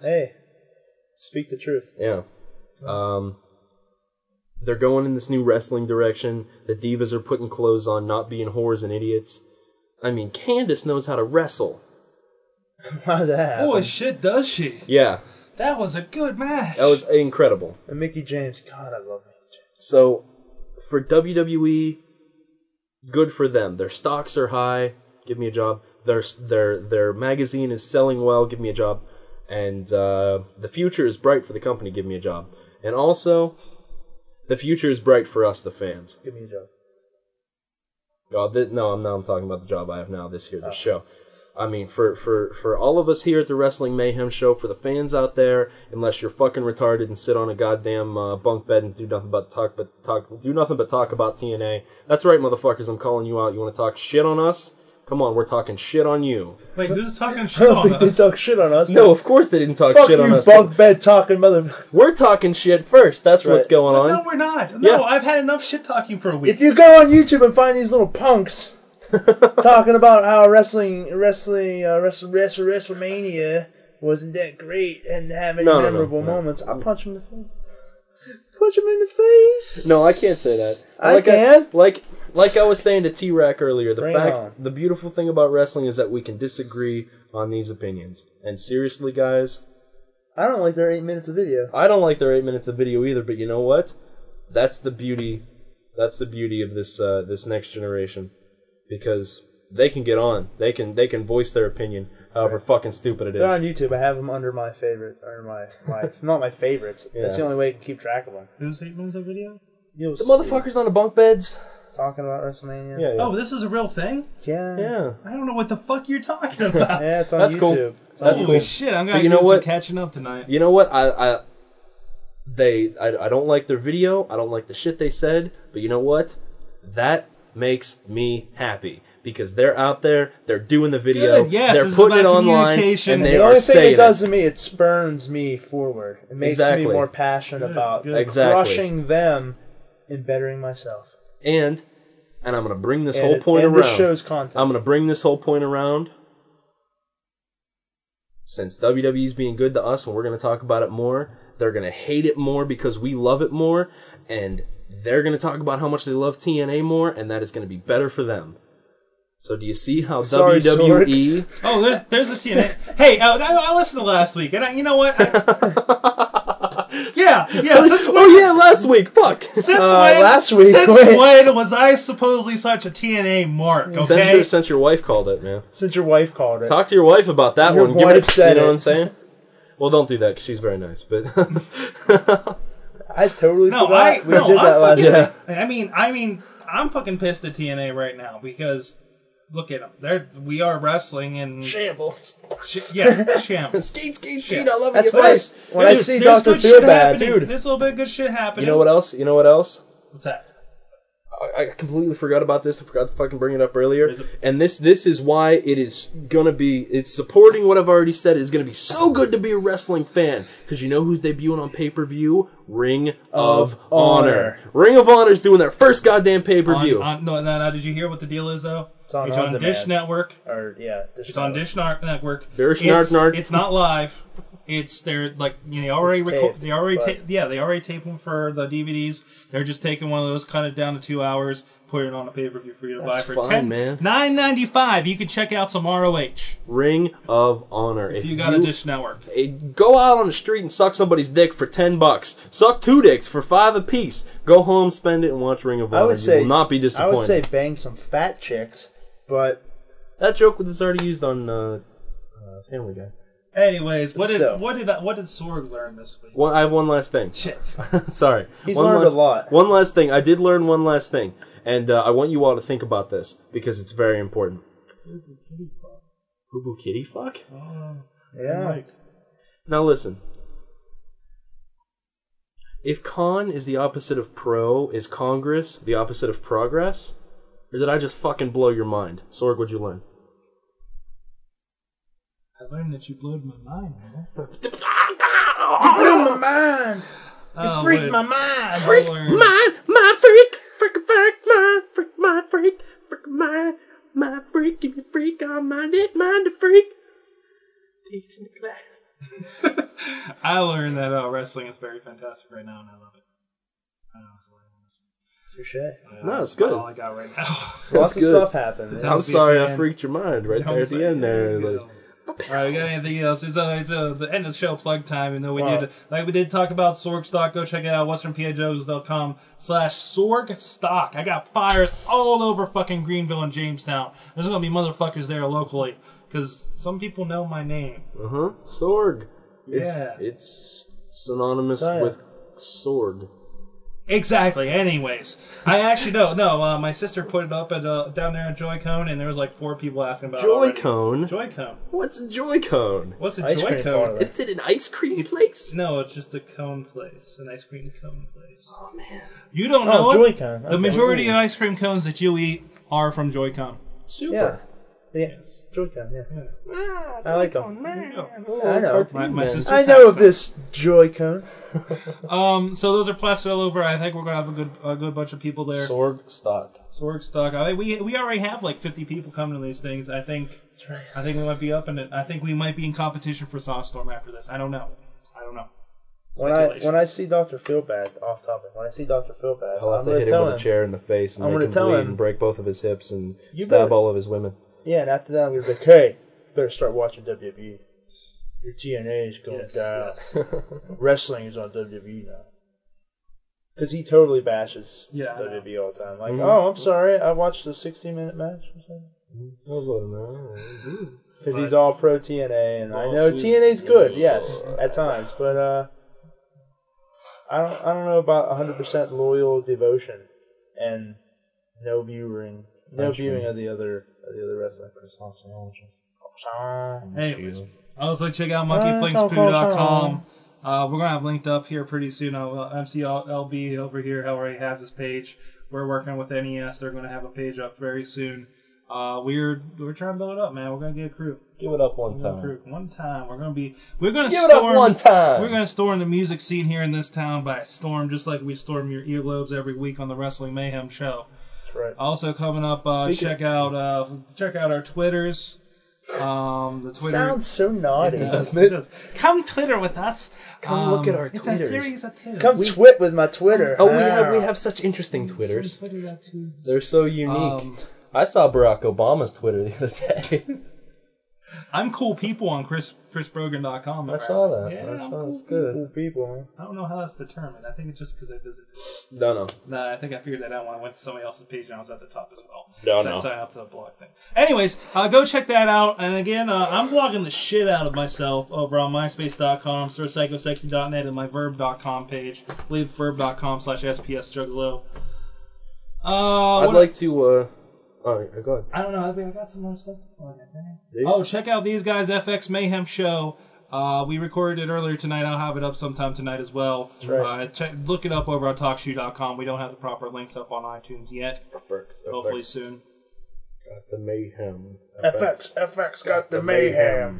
Speaker 4: Hey, speak the truth.
Speaker 3: Yeah, um, they're going in this new wrestling direction. The divas are putting clothes on, not being whores and idiots. I mean, Candice knows how to wrestle.
Speaker 4: How that happened.
Speaker 2: Boy, shit, does she?
Speaker 3: Yeah,
Speaker 2: That was a good match.
Speaker 3: that was incredible.
Speaker 4: and Mickey James. God, I love Mickey James.
Speaker 3: So for WWE, good for them. Their stocks are high. Give me a job. Their their their magazine is selling well. Give me a job. And uh, the future is bright for the company. Give me a job. And also, the future is bright for us, the fans.
Speaker 4: Give me a job.
Speaker 3: God, th- no, I'm not. I'm talking about the job I have now this year, this show. I mean, for, for, for all of us here at the Wrestling Mayhem Show, for the fans out there, unless you're fucking retarded and sit on a goddamn uh, bunk bed and do nothing but talk, but talk, do nothing but talk about TNA. That's right, motherfuckers. I'm calling you out. You want to talk shit on us? Come on, we're talking shit on you.
Speaker 2: Wait, who's talking shit
Speaker 4: I don't
Speaker 2: on
Speaker 4: think they
Speaker 2: us?
Speaker 4: talk shit on us.
Speaker 3: No, of course they didn't talk
Speaker 4: fuck
Speaker 3: shit
Speaker 4: you,
Speaker 3: on us.
Speaker 4: bunk bed talking mother.
Speaker 3: We're talking shit first. That's
Speaker 4: Right.
Speaker 3: what's going on.
Speaker 2: No, we're not. No,
Speaker 3: Yeah.
Speaker 2: I've had enough shit talking for a week.
Speaker 4: If you go on YouTube and find these little punks talking about how wrestling, wrestling, uh, wrestle, wrestle, WrestleMania wasn't that great? And have any
Speaker 3: No, no, no,
Speaker 4: memorable
Speaker 3: no.
Speaker 4: moments? I'll punch him in the face. Punch him in the face.
Speaker 3: No, I can't say that.
Speaker 4: I
Speaker 3: like
Speaker 4: can.
Speaker 3: like, like I was saying to T Rack earlier, the
Speaker 4: Bring it
Speaker 3: fact,
Speaker 4: on.
Speaker 3: the beautiful thing about wrestling is that we can disagree on these opinions. And seriously, guys,
Speaker 4: I don't like their eight minutes of video.
Speaker 3: I don't like their eight minutes of video either. But you know what? That's the beauty. That's the beauty of this uh, this next generation, because they can get on. They can they can voice their opinion, however fucking stupid it is.
Speaker 4: They're on YouTube. I have them under my favorite, or my my not my favorites. That's the
Speaker 3: Yeah.
Speaker 4: only way I can keep track of them.
Speaker 2: Who's eight minutes of video?
Speaker 4: You'll
Speaker 3: the motherfuckers on the bunk beds.
Speaker 4: see. talking about WrestleMania.
Speaker 3: Yeah, yeah.
Speaker 2: Oh, this is a real thing?
Speaker 4: yeah,
Speaker 3: yeah.
Speaker 2: I don't know what the fuck you're talking about.
Speaker 4: Yeah, it's on
Speaker 3: That's
Speaker 4: YouTube.
Speaker 3: cool.
Speaker 4: It's on
Speaker 3: That's
Speaker 2: Holy
Speaker 3: cool.
Speaker 2: shit, I'm
Speaker 3: But
Speaker 2: gonna
Speaker 3: you
Speaker 2: do
Speaker 3: know
Speaker 2: some
Speaker 3: what?
Speaker 2: catching up tonight.
Speaker 3: You know what? I, I they I, I don't like their video. I don't like the shit they said. But you know what? That makes me happy because they're out there. They're doing the video.
Speaker 2: Good, yes,
Speaker 3: they're
Speaker 2: this is
Speaker 3: putting it
Speaker 2: about
Speaker 3: online,
Speaker 2: communication.
Speaker 3: and they
Speaker 2: The
Speaker 4: the
Speaker 3: are
Speaker 4: only thing
Speaker 3: saying
Speaker 4: it does to me, it spurns me forward. It makes me
Speaker 3: Exactly.
Speaker 4: more passionate about
Speaker 2: good.
Speaker 3: Exactly.
Speaker 4: crushing them and bettering myself.
Speaker 3: And and I'm gonna bring this
Speaker 4: And
Speaker 3: whole
Speaker 4: it-
Speaker 3: point
Speaker 4: and
Speaker 3: around.
Speaker 4: this show's content.
Speaker 3: I'm gonna bring this whole point around. Since WWE's being good to us, and we're gonna talk about it more, they're gonna hate it more because we love it more, and they're gonna talk about how much they love TNA more, and that is gonna be better for them. So do you see how E
Speaker 4: Sorry,
Speaker 3: WWE?
Speaker 2: Oh, there's there's a TNA. hey, uh, I, I I listened to last week, and I, you know what? I, yeah, yeah. Since when,
Speaker 3: oh yeah, last week. Fuck.
Speaker 2: since
Speaker 4: Uh,
Speaker 2: when?
Speaker 4: last week,
Speaker 2: Since
Speaker 4: wait.
Speaker 2: when was I supposedly such a TNA mark? Okay.
Speaker 3: Since, your, since your wife called it, man.
Speaker 4: Since your wife called it.
Speaker 3: Talk to your wife about that
Speaker 4: Your
Speaker 3: one. Give
Speaker 4: wife
Speaker 3: it, a-
Speaker 4: said
Speaker 3: you know
Speaker 4: it.
Speaker 3: what I'm saying? Well, don't do that. 'cause she's very nice, but
Speaker 4: I totally
Speaker 2: No,
Speaker 4: forgot
Speaker 2: I-
Speaker 4: we
Speaker 2: no,
Speaker 4: did
Speaker 2: I
Speaker 4: that last
Speaker 2: fucking-
Speaker 4: week.
Speaker 2: I mean, I mean, I'm fucking pissed at TNA right now because look at them. They're we are wrestling and
Speaker 4: Shambles.
Speaker 2: sh- yeah, shambles.
Speaker 3: skate, skate,
Speaker 2: Shit.
Speaker 3: skate. I love
Speaker 4: That's
Speaker 3: your
Speaker 4: what I,
Speaker 3: face.
Speaker 4: when I
Speaker 2: Dude,
Speaker 4: see
Speaker 2: there's
Speaker 4: Doctor
Speaker 2: good shit
Speaker 4: Feelbad.
Speaker 2: happening.
Speaker 3: dude.
Speaker 2: There's a little bit of good shit happening.
Speaker 3: You know what else? You know what else?
Speaker 2: What's that?
Speaker 3: I I completely forgot about this. I forgot to fucking bring it up earlier.
Speaker 2: Is it-
Speaker 3: And this this is why it is gonna be. It's supporting what I've already said. It's gonna be so good to be a wrestling fan because you know who's debuting on pay per view? Ring of,
Speaker 4: Of
Speaker 3: Honor.
Speaker 4: Honor.
Speaker 3: Ring of Honor is doing their first goddamn pay per
Speaker 2: On,
Speaker 3: view.
Speaker 2: on, no, no, no. Did you hear what the deal is though?
Speaker 4: It's on On Demand.
Speaker 2: Dish Network.
Speaker 4: Or, yeah.
Speaker 2: It's on Dish Nar- Network.
Speaker 3: Dish
Speaker 2: it's,
Speaker 3: Narc Narc.
Speaker 2: it's not live. It's they're like you know, they already
Speaker 4: It's
Speaker 2: record.
Speaker 4: taped,
Speaker 2: They already
Speaker 4: but-
Speaker 2: ta- yeah they already tape them for the DVDs. They're just taking one of those, cut it down to two hours, put it on a pay per view for you to buy
Speaker 3: That's
Speaker 2: for
Speaker 3: fine,
Speaker 2: ten
Speaker 3: man.
Speaker 2: nine ninety five. You can check out some ROH.
Speaker 3: Ring of Honor.
Speaker 2: If you got a Dish Network.
Speaker 3: eh, go out on the street and suck somebody's dick for ten bucks. Suck two dicks for five apiece. Go home, spend it, and watch Ring of Honor.
Speaker 4: I would say
Speaker 3: you will not be disappointed.
Speaker 4: I would say bang some fat chicks, but
Speaker 3: That joke was already used on uh, uh, Family Guy.
Speaker 2: Anyways, what
Speaker 4: But
Speaker 2: did
Speaker 4: still.
Speaker 2: what did I- what did Sorg learn this week?
Speaker 3: One, I have one last thing.
Speaker 2: Shit.
Speaker 3: Sorry.
Speaker 4: He's
Speaker 3: one
Speaker 4: learned a
Speaker 3: last-
Speaker 4: lot.
Speaker 3: One last thing. I did learn one last thing, and uh, I want you all to think about this because it's very important. Boo boo kitty fuck.
Speaker 4: yeah.
Speaker 3: Now listen. If con is the opposite of pro, is Congress the opposite of progress? Or did I just fucking blow your mind? Sorg, what'd you learn?
Speaker 2: I learned that you blew my mind. Man.
Speaker 4: Blew my mind.
Speaker 2: Oh,
Speaker 4: Freaked
Speaker 2: wait.
Speaker 4: my mind.
Speaker 2: I learned-
Speaker 3: Mine, my freak, freak, freak, my freak, my freak, freak, my, my freak, give me freak, I'm minded, mind a freak. Teach in the class.
Speaker 2: I learned that uh, wrestling is very fantastic right now, and I love it. I don't know, it's a
Speaker 4: Touche.
Speaker 2: lot of-
Speaker 3: No, it's good.
Speaker 2: All Uh, I got right now.
Speaker 4: Lots of
Speaker 3: good.
Speaker 4: stuff happened.
Speaker 2: That
Speaker 3: I'm
Speaker 2: was the
Speaker 3: sorry, I
Speaker 2: end.
Speaker 3: freaked your mind right there at the end there. Like,
Speaker 2: All right, we got anything else? It's uh it's uh the end of the show plug time, and though we
Speaker 4: Wow.
Speaker 2: did like we did talk about Sorg stock. Go check it out, westernpajoes.com slash Sorg stock. I got fires all over fucking Greenville and Jamestown. There's gonna be motherfuckers there locally because some people know my name.
Speaker 3: uh huh, Sorg. It's,
Speaker 2: Yeah.
Speaker 3: it's synonymous
Speaker 4: Oh, yeah.
Speaker 3: with sword.
Speaker 2: Exactly. Anyways, I actually no no. Uh, my sister put it up at uh, down there at Joy-Con, and there was like four people asking about it
Speaker 3: Joy
Speaker 2: already.
Speaker 3: cone?
Speaker 2: Joy-Con.
Speaker 3: What's a joy cone?
Speaker 2: What's a
Speaker 4: Ice cream
Speaker 2: Joy-Con?
Speaker 4: parlor.
Speaker 3: Is it an ice cream place?
Speaker 2: No, it's just a cone place, an ice cream cone place. Oh man, you don't know
Speaker 4: Oh,
Speaker 2: it.
Speaker 4: Joy-Con.
Speaker 2: The
Speaker 4: Okay.
Speaker 2: majority of ice cream cones that you eat are from Joy-Con.
Speaker 4: Yeah. Yes. Joy-Con, yeah. I like
Speaker 2: Oh,
Speaker 4: them. I know.
Speaker 2: My, my sister.
Speaker 4: I
Speaker 2: packs
Speaker 4: know of
Speaker 2: them.
Speaker 4: this Joy-Con.
Speaker 2: Um, so those are plus all over. I think we're gonna have a good a good bunch of people there.
Speaker 3: Sorg stock.
Speaker 2: Sorg stuck. I, we we already have like 50 people coming to these things. I think I think we might be up in it. I think we might be in competition for Sawstorm after this. I don't know. I don't know.
Speaker 4: When I
Speaker 2: Speculation.
Speaker 4: when I see Doctor Feelbad off topic, when I see Doctor Feelbad,
Speaker 3: I'll
Speaker 4: I'm
Speaker 3: have to
Speaker 4: gonna
Speaker 3: hit him
Speaker 4: tell
Speaker 3: with
Speaker 4: him.
Speaker 3: a chair in the face and
Speaker 4: I'm
Speaker 3: make
Speaker 4: gonna
Speaker 3: him
Speaker 4: tell
Speaker 3: bleed
Speaker 4: him.
Speaker 3: and break both of his hips and
Speaker 4: You
Speaker 3: stab
Speaker 4: better-
Speaker 3: all of his women.
Speaker 4: Yeah, and after that, I'm gonna be like, hey, better start watching WWE. Your TNA is going
Speaker 2: Yes,
Speaker 4: down. Wrestling is on WWE now. Because he totally bashes
Speaker 2: Yeah, I know.
Speaker 4: WWE all the time. Like,
Speaker 3: Mhm.
Speaker 4: oh, I'm sorry, I watched a 60 minute match or something. Because he's all pro TNA, and I
Speaker 2: All
Speaker 4: know
Speaker 2: food.
Speaker 4: TNA's good, yes, at times, but uh, I don't, I don't know about 100% loyal devotion and no viewing, no viewing of the other, of the other wrestling.
Speaker 2: Anyways, also check
Speaker 3: Uh,
Speaker 2: out monkeyflingspoo.com.
Speaker 4: monkeyflinkspoo.com.
Speaker 2: Uh, we're gonna have linked up here pretty soon. Uh, MCLB over here already has his page. We're working with NES. They're gonna have a page up very soon. Uh, we're we're trying to build it up, man. We're gonna get a crew.
Speaker 3: Give it up one
Speaker 2: We're gonna
Speaker 3: time.
Speaker 2: crew. One time, we're gonna be we're gonna
Speaker 3: Give it
Speaker 2: storm
Speaker 3: up one time.
Speaker 2: We're gonna storm the music scene here in this town by storm, just like we storm your earlobes every week on the Wrestling Mayhem show.
Speaker 4: That's right.
Speaker 2: Also coming up, uh,
Speaker 4: Speaking-
Speaker 2: check out uh, check out our twitters. Um, the Twitter
Speaker 4: Sounds so naughty.
Speaker 2: It does, it does. Come Twitter with us. Um,
Speaker 3: Come look at our
Speaker 2: it's
Speaker 3: Twitters.
Speaker 2: A series of Twitter.
Speaker 4: Come twit with my Twitter.
Speaker 3: Oh, we have we
Speaker 4: Ah.
Speaker 3: have such interesting twitters.
Speaker 2: Twitter that too.
Speaker 3: They're so unique.
Speaker 2: Mm, Um,
Speaker 3: I saw Barack Obama's Twitter the other day.
Speaker 2: I'm cool people on Chris ChrisBrogan.com.
Speaker 3: I saw that.
Speaker 2: Yeah,
Speaker 3: I
Speaker 2: I'm
Speaker 3: saw
Speaker 2: cool
Speaker 3: it's good.
Speaker 4: Cool people.
Speaker 2: I don't know how that's determined. I think it's just because I visited.
Speaker 3: No, no.
Speaker 2: Nah, I think I figured that out when I went to somebody else's page and I was at the top as well.
Speaker 3: No,
Speaker 2: so I
Speaker 3: no.
Speaker 2: signed up to the blog thing. Anyways, uh, go check that out. And again, uh, I'm blogging the shit out of myself over on myspace.com, sirpsychosexy.net, and my verb.com page. I believe verb.com slash SPS juggalo. Uh,
Speaker 3: I'd
Speaker 2: what-
Speaker 3: like to. uh Alright, go ahead.
Speaker 2: I don't know. I think I got some more stuff to plug. I think. Oh, check out these guys, FX Mayhem Show. Uh, we recorded it earlier tonight. I'll have it up sometime tonight as well.
Speaker 4: right.
Speaker 2: Uh, check, look it up over on TalkShoe.com. We don't have the proper links up on iTunes yet.
Speaker 3: Effects,
Speaker 2: Hopefully
Speaker 3: effects.
Speaker 2: soon.
Speaker 3: Got the mayhem.
Speaker 4: FX, FX got the mayhem.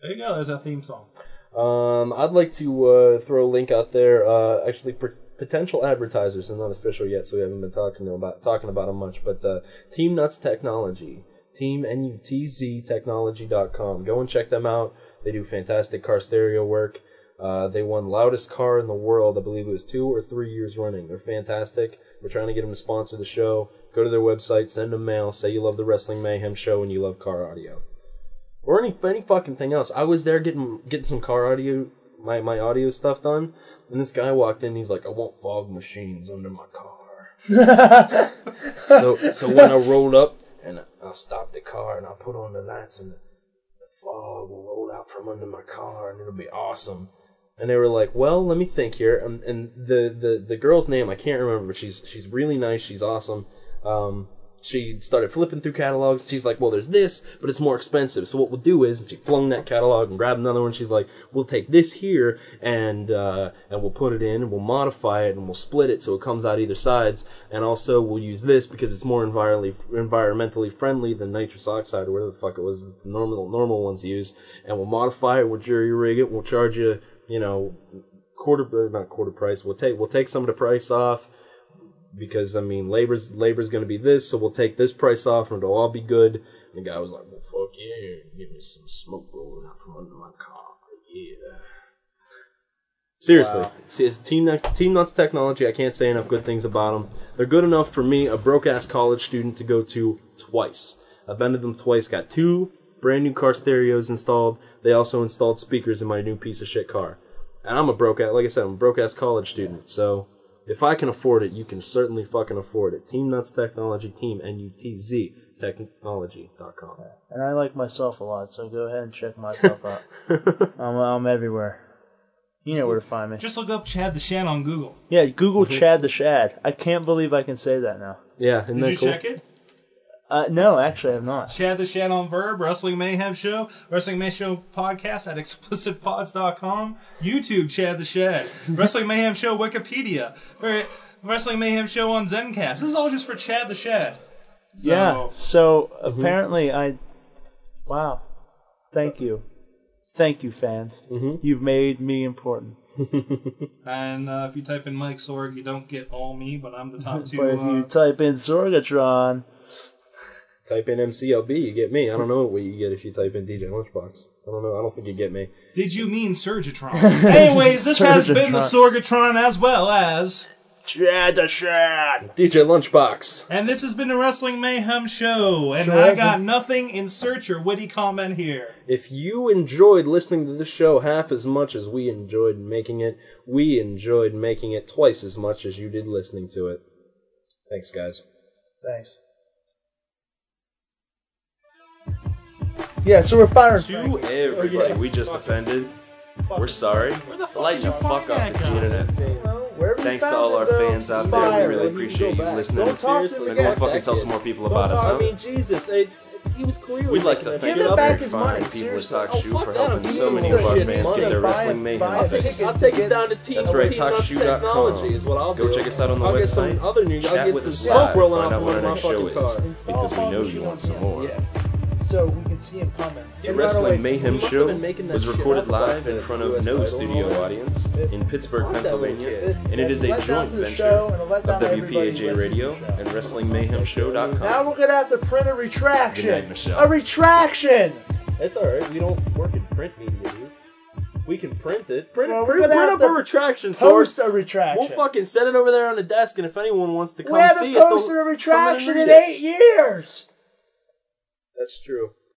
Speaker 2: There you go. There's that theme song.
Speaker 3: Um, I'd like to uh, throw a link out there. Uh, actually, per- potential advertisers are not official yet, so we haven't been talking to about talking about them much. But uh, Team Nuts Technology, Team N-U-T-Z Technology.com. Go and check them out. They do fantastic car stereo work. Uh, they won loudest car in the world. I believe it was two or three years running. They're fantastic. We're trying to get them to sponsor the show. Go to their website, send them mail, say you love the Wrestling Mayhem show and you love car audio or any any fucking thing else. I was there getting getting some car audio my my audio stuff done, and this guy walked in. He's like, "I want fog machines under my car." so so when I rolled up and I, I stopped the car and I put on the lights and the fog will roll out from under my car and it'll be awesome. And they were like, "Well, let me think here." And, and the, the the girl's name I can't remember, but she's she's really nice. She's awesome. Um, she started flipping through catalogs. She's like, "Well, there's this, but it's more expensive. So what we'll do is," and she flung that catalog and grabbed another one. She's like, "We'll take this here and uh, and we'll put it in and we'll modify it and we'll split it so it comes out either sides. And also we'll use this because it's more environmentally environmentally friendly than nitrous oxide or whatever the fuck it was that the normal normal ones use. And we'll modify it. We'll jury rig it. We'll charge you, you know, quarter uh, not quarter price. We'll take we'll take some of the price off." because I mean labor's labor's gonna be this, so we'll take this price off and it'll all be good. And the guy was like, Well fuck yeah, give me some smoke rolling out from under my car. Yeah. Seriously, see, it's Team Nuts, Team Nuts Technology. I can't say enough good things about them. They're good enough for me, a broke ass college student, to go to twice. I've been to them twice. Got two brand new car stereos installed. They also installed speakers in my new piece of shit car. And I'm a broke ass, like I said, I'm a broke ass college student. So if I can afford it, you can certainly fucking afford it. Team Nuts Technology, Team N U T Z Technology.com.
Speaker 8: And I like myself a lot, so go ahead and check myself out. I'm, I'm everywhere. You know where to find me.
Speaker 2: Just look up Chad the Shan on Google.
Speaker 8: Yeah, Google
Speaker 4: Mm-hmm.
Speaker 8: Chad the Shad. I can't believe I can say that now.
Speaker 3: Yeah, isn't
Speaker 2: Did
Speaker 3: that
Speaker 2: you
Speaker 3: cool?
Speaker 2: check it?
Speaker 8: Uh, no, actually, I've not.
Speaker 2: Chad the Shan on Verb, Wrestling Mayhem Show, Wrestling Mayhem Show podcast at explicitpods.com, YouTube Chad the Shad, Wrestling Mayhem Show Wikipedia, or Wrestling Mayhem Show on Zencast. This is all just for Chad the Shad. So,
Speaker 8: Yeah. So
Speaker 4: Mm-hmm.
Speaker 8: apparently, I.
Speaker 4: Mm-hmm.
Speaker 8: Wow. Thank you, thank you, fans. You've made me important.
Speaker 2: And uh, if you type in Mike Sorg, you don't get all me, but I'm the top two.
Speaker 8: But if you
Speaker 2: Uh,
Speaker 8: type in Sorgatron,
Speaker 3: Type in MCLB, you get me. I don't know what you get if you type in DJ Lunchbox. I don't know. I don't think you get me.
Speaker 2: did you mean Surgitron? Anyways, this has been the Sorgatron as well as.
Speaker 8: Chad the Shad.
Speaker 3: DJ Lunchbox.
Speaker 2: And this has been the Wrestling Mayhem Show, and I got nothing. Insert your witty comment here.
Speaker 3: If you enjoyed listening to this show half as much as we enjoyed making it, we enjoyed making it twice as much as you did listening to it. Thanks, guys.
Speaker 4: Thanks. Yeah, so we're firing.
Speaker 9: To everybody we just offended, we're sorry. Lighten the fuck up. It's the internet. Thanks to all our fans out there. We really appreciate you listening.
Speaker 3: Don't talk to him
Speaker 9: And
Speaker 3: again.
Speaker 9: go fucking tell some more people about us,
Speaker 3: I
Speaker 9: huh?
Speaker 3: mean, Jesus, it, he was clearly.
Speaker 9: We'd like to
Speaker 3: making
Speaker 9: thank
Speaker 3: that shit
Speaker 9: the
Speaker 3: up.
Speaker 9: very fine people at
Speaker 3: Oh,
Speaker 9: Talk Shoe for helping so many of our fans get their wrestling mayhem
Speaker 3: I'll
Speaker 9: fix.
Speaker 3: take, I'll take it down to Team
Speaker 9: That's right,
Speaker 3: Team Nuts
Speaker 9: TalkShoe.com.
Speaker 3: Technology is what I'll
Speaker 9: Go
Speaker 3: do.
Speaker 9: check us out on the
Speaker 3: I'll get
Speaker 9: website.
Speaker 3: some other news. I'll
Speaker 9: Chat
Speaker 3: get
Speaker 9: with
Speaker 3: some
Speaker 9: us
Speaker 3: smoke
Speaker 9: live.
Speaker 3: rolling
Speaker 9: Find
Speaker 3: off
Speaker 9: out
Speaker 3: of
Speaker 9: when our
Speaker 3: my
Speaker 9: next show
Speaker 3: fucking
Speaker 9: is
Speaker 3: car.
Speaker 9: because we know you want some more.
Speaker 4: So we can see him coming.
Speaker 3: Get
Speaker 9: The
Speaker 3: run away.
Speaker 9: Wrestling Mayhem
Speaker 3: You must
Speaker 9: Show
Speaker 3: have been making that
Speaker 9: was
Speaker 3: shit
Speaker 9: recorded
Speaker 3: up
Speaker 9: live
Speaker 3: about
Speaker 9: in
Speaker 3: the
Speaker 9: front of
Speaker 3: US
Speaker 9: no
Speaker 3: title
Speaker 9: studio
Speaker 3: and all
Speaker 9: audience in Pittsburgh,
Speaker 3: Fuck that little
Speaker 9: Pennsylvania,
Speaker 3: kid.
Speaker 9: and it is a
Speaker 4: Let down
Speaker 9: joint
Speaker 4: to the
Speaker 9: venture
Speaker 4: show and
Speaker 9: of
Speaker 4: let down everybody
Speaker 9: WPAJ
Speaker 4: listen
Speaker 9: Radio
Speaker 4: to the show.
Speaker 9: and WrestlingMayhemShow.com.
Speaker 4: Now we're gonna have to print a retraction.
Speaker 9: Good night, Michelle.
Speaker 4: A retraction.
Speaker 3: It's alright. We don't work in print media, dude. We can print it. Print,
Speaker 4: Well, we're
Speaker 3: print,
Speaker 4: gonna
Speaker 3: print
Speaker 4: have
Speaker 3: up a
Speaker 4: to
Speaker 3: retraction source.
Speaker 4: Post a retraction.
Speaker 3: We'll fucking set it over there on the desk, and if anyone wants to come
Speaker 4: we haven't
Speaker 3: see it, they'll
Speaker 4: posted a
Speaker 3: come in and
Speaker 4: retraction
Speaker 3: read
Speaker 4: in
Speaker 3: it.
Speaker 4: eight years.
Speaker 3: That's true.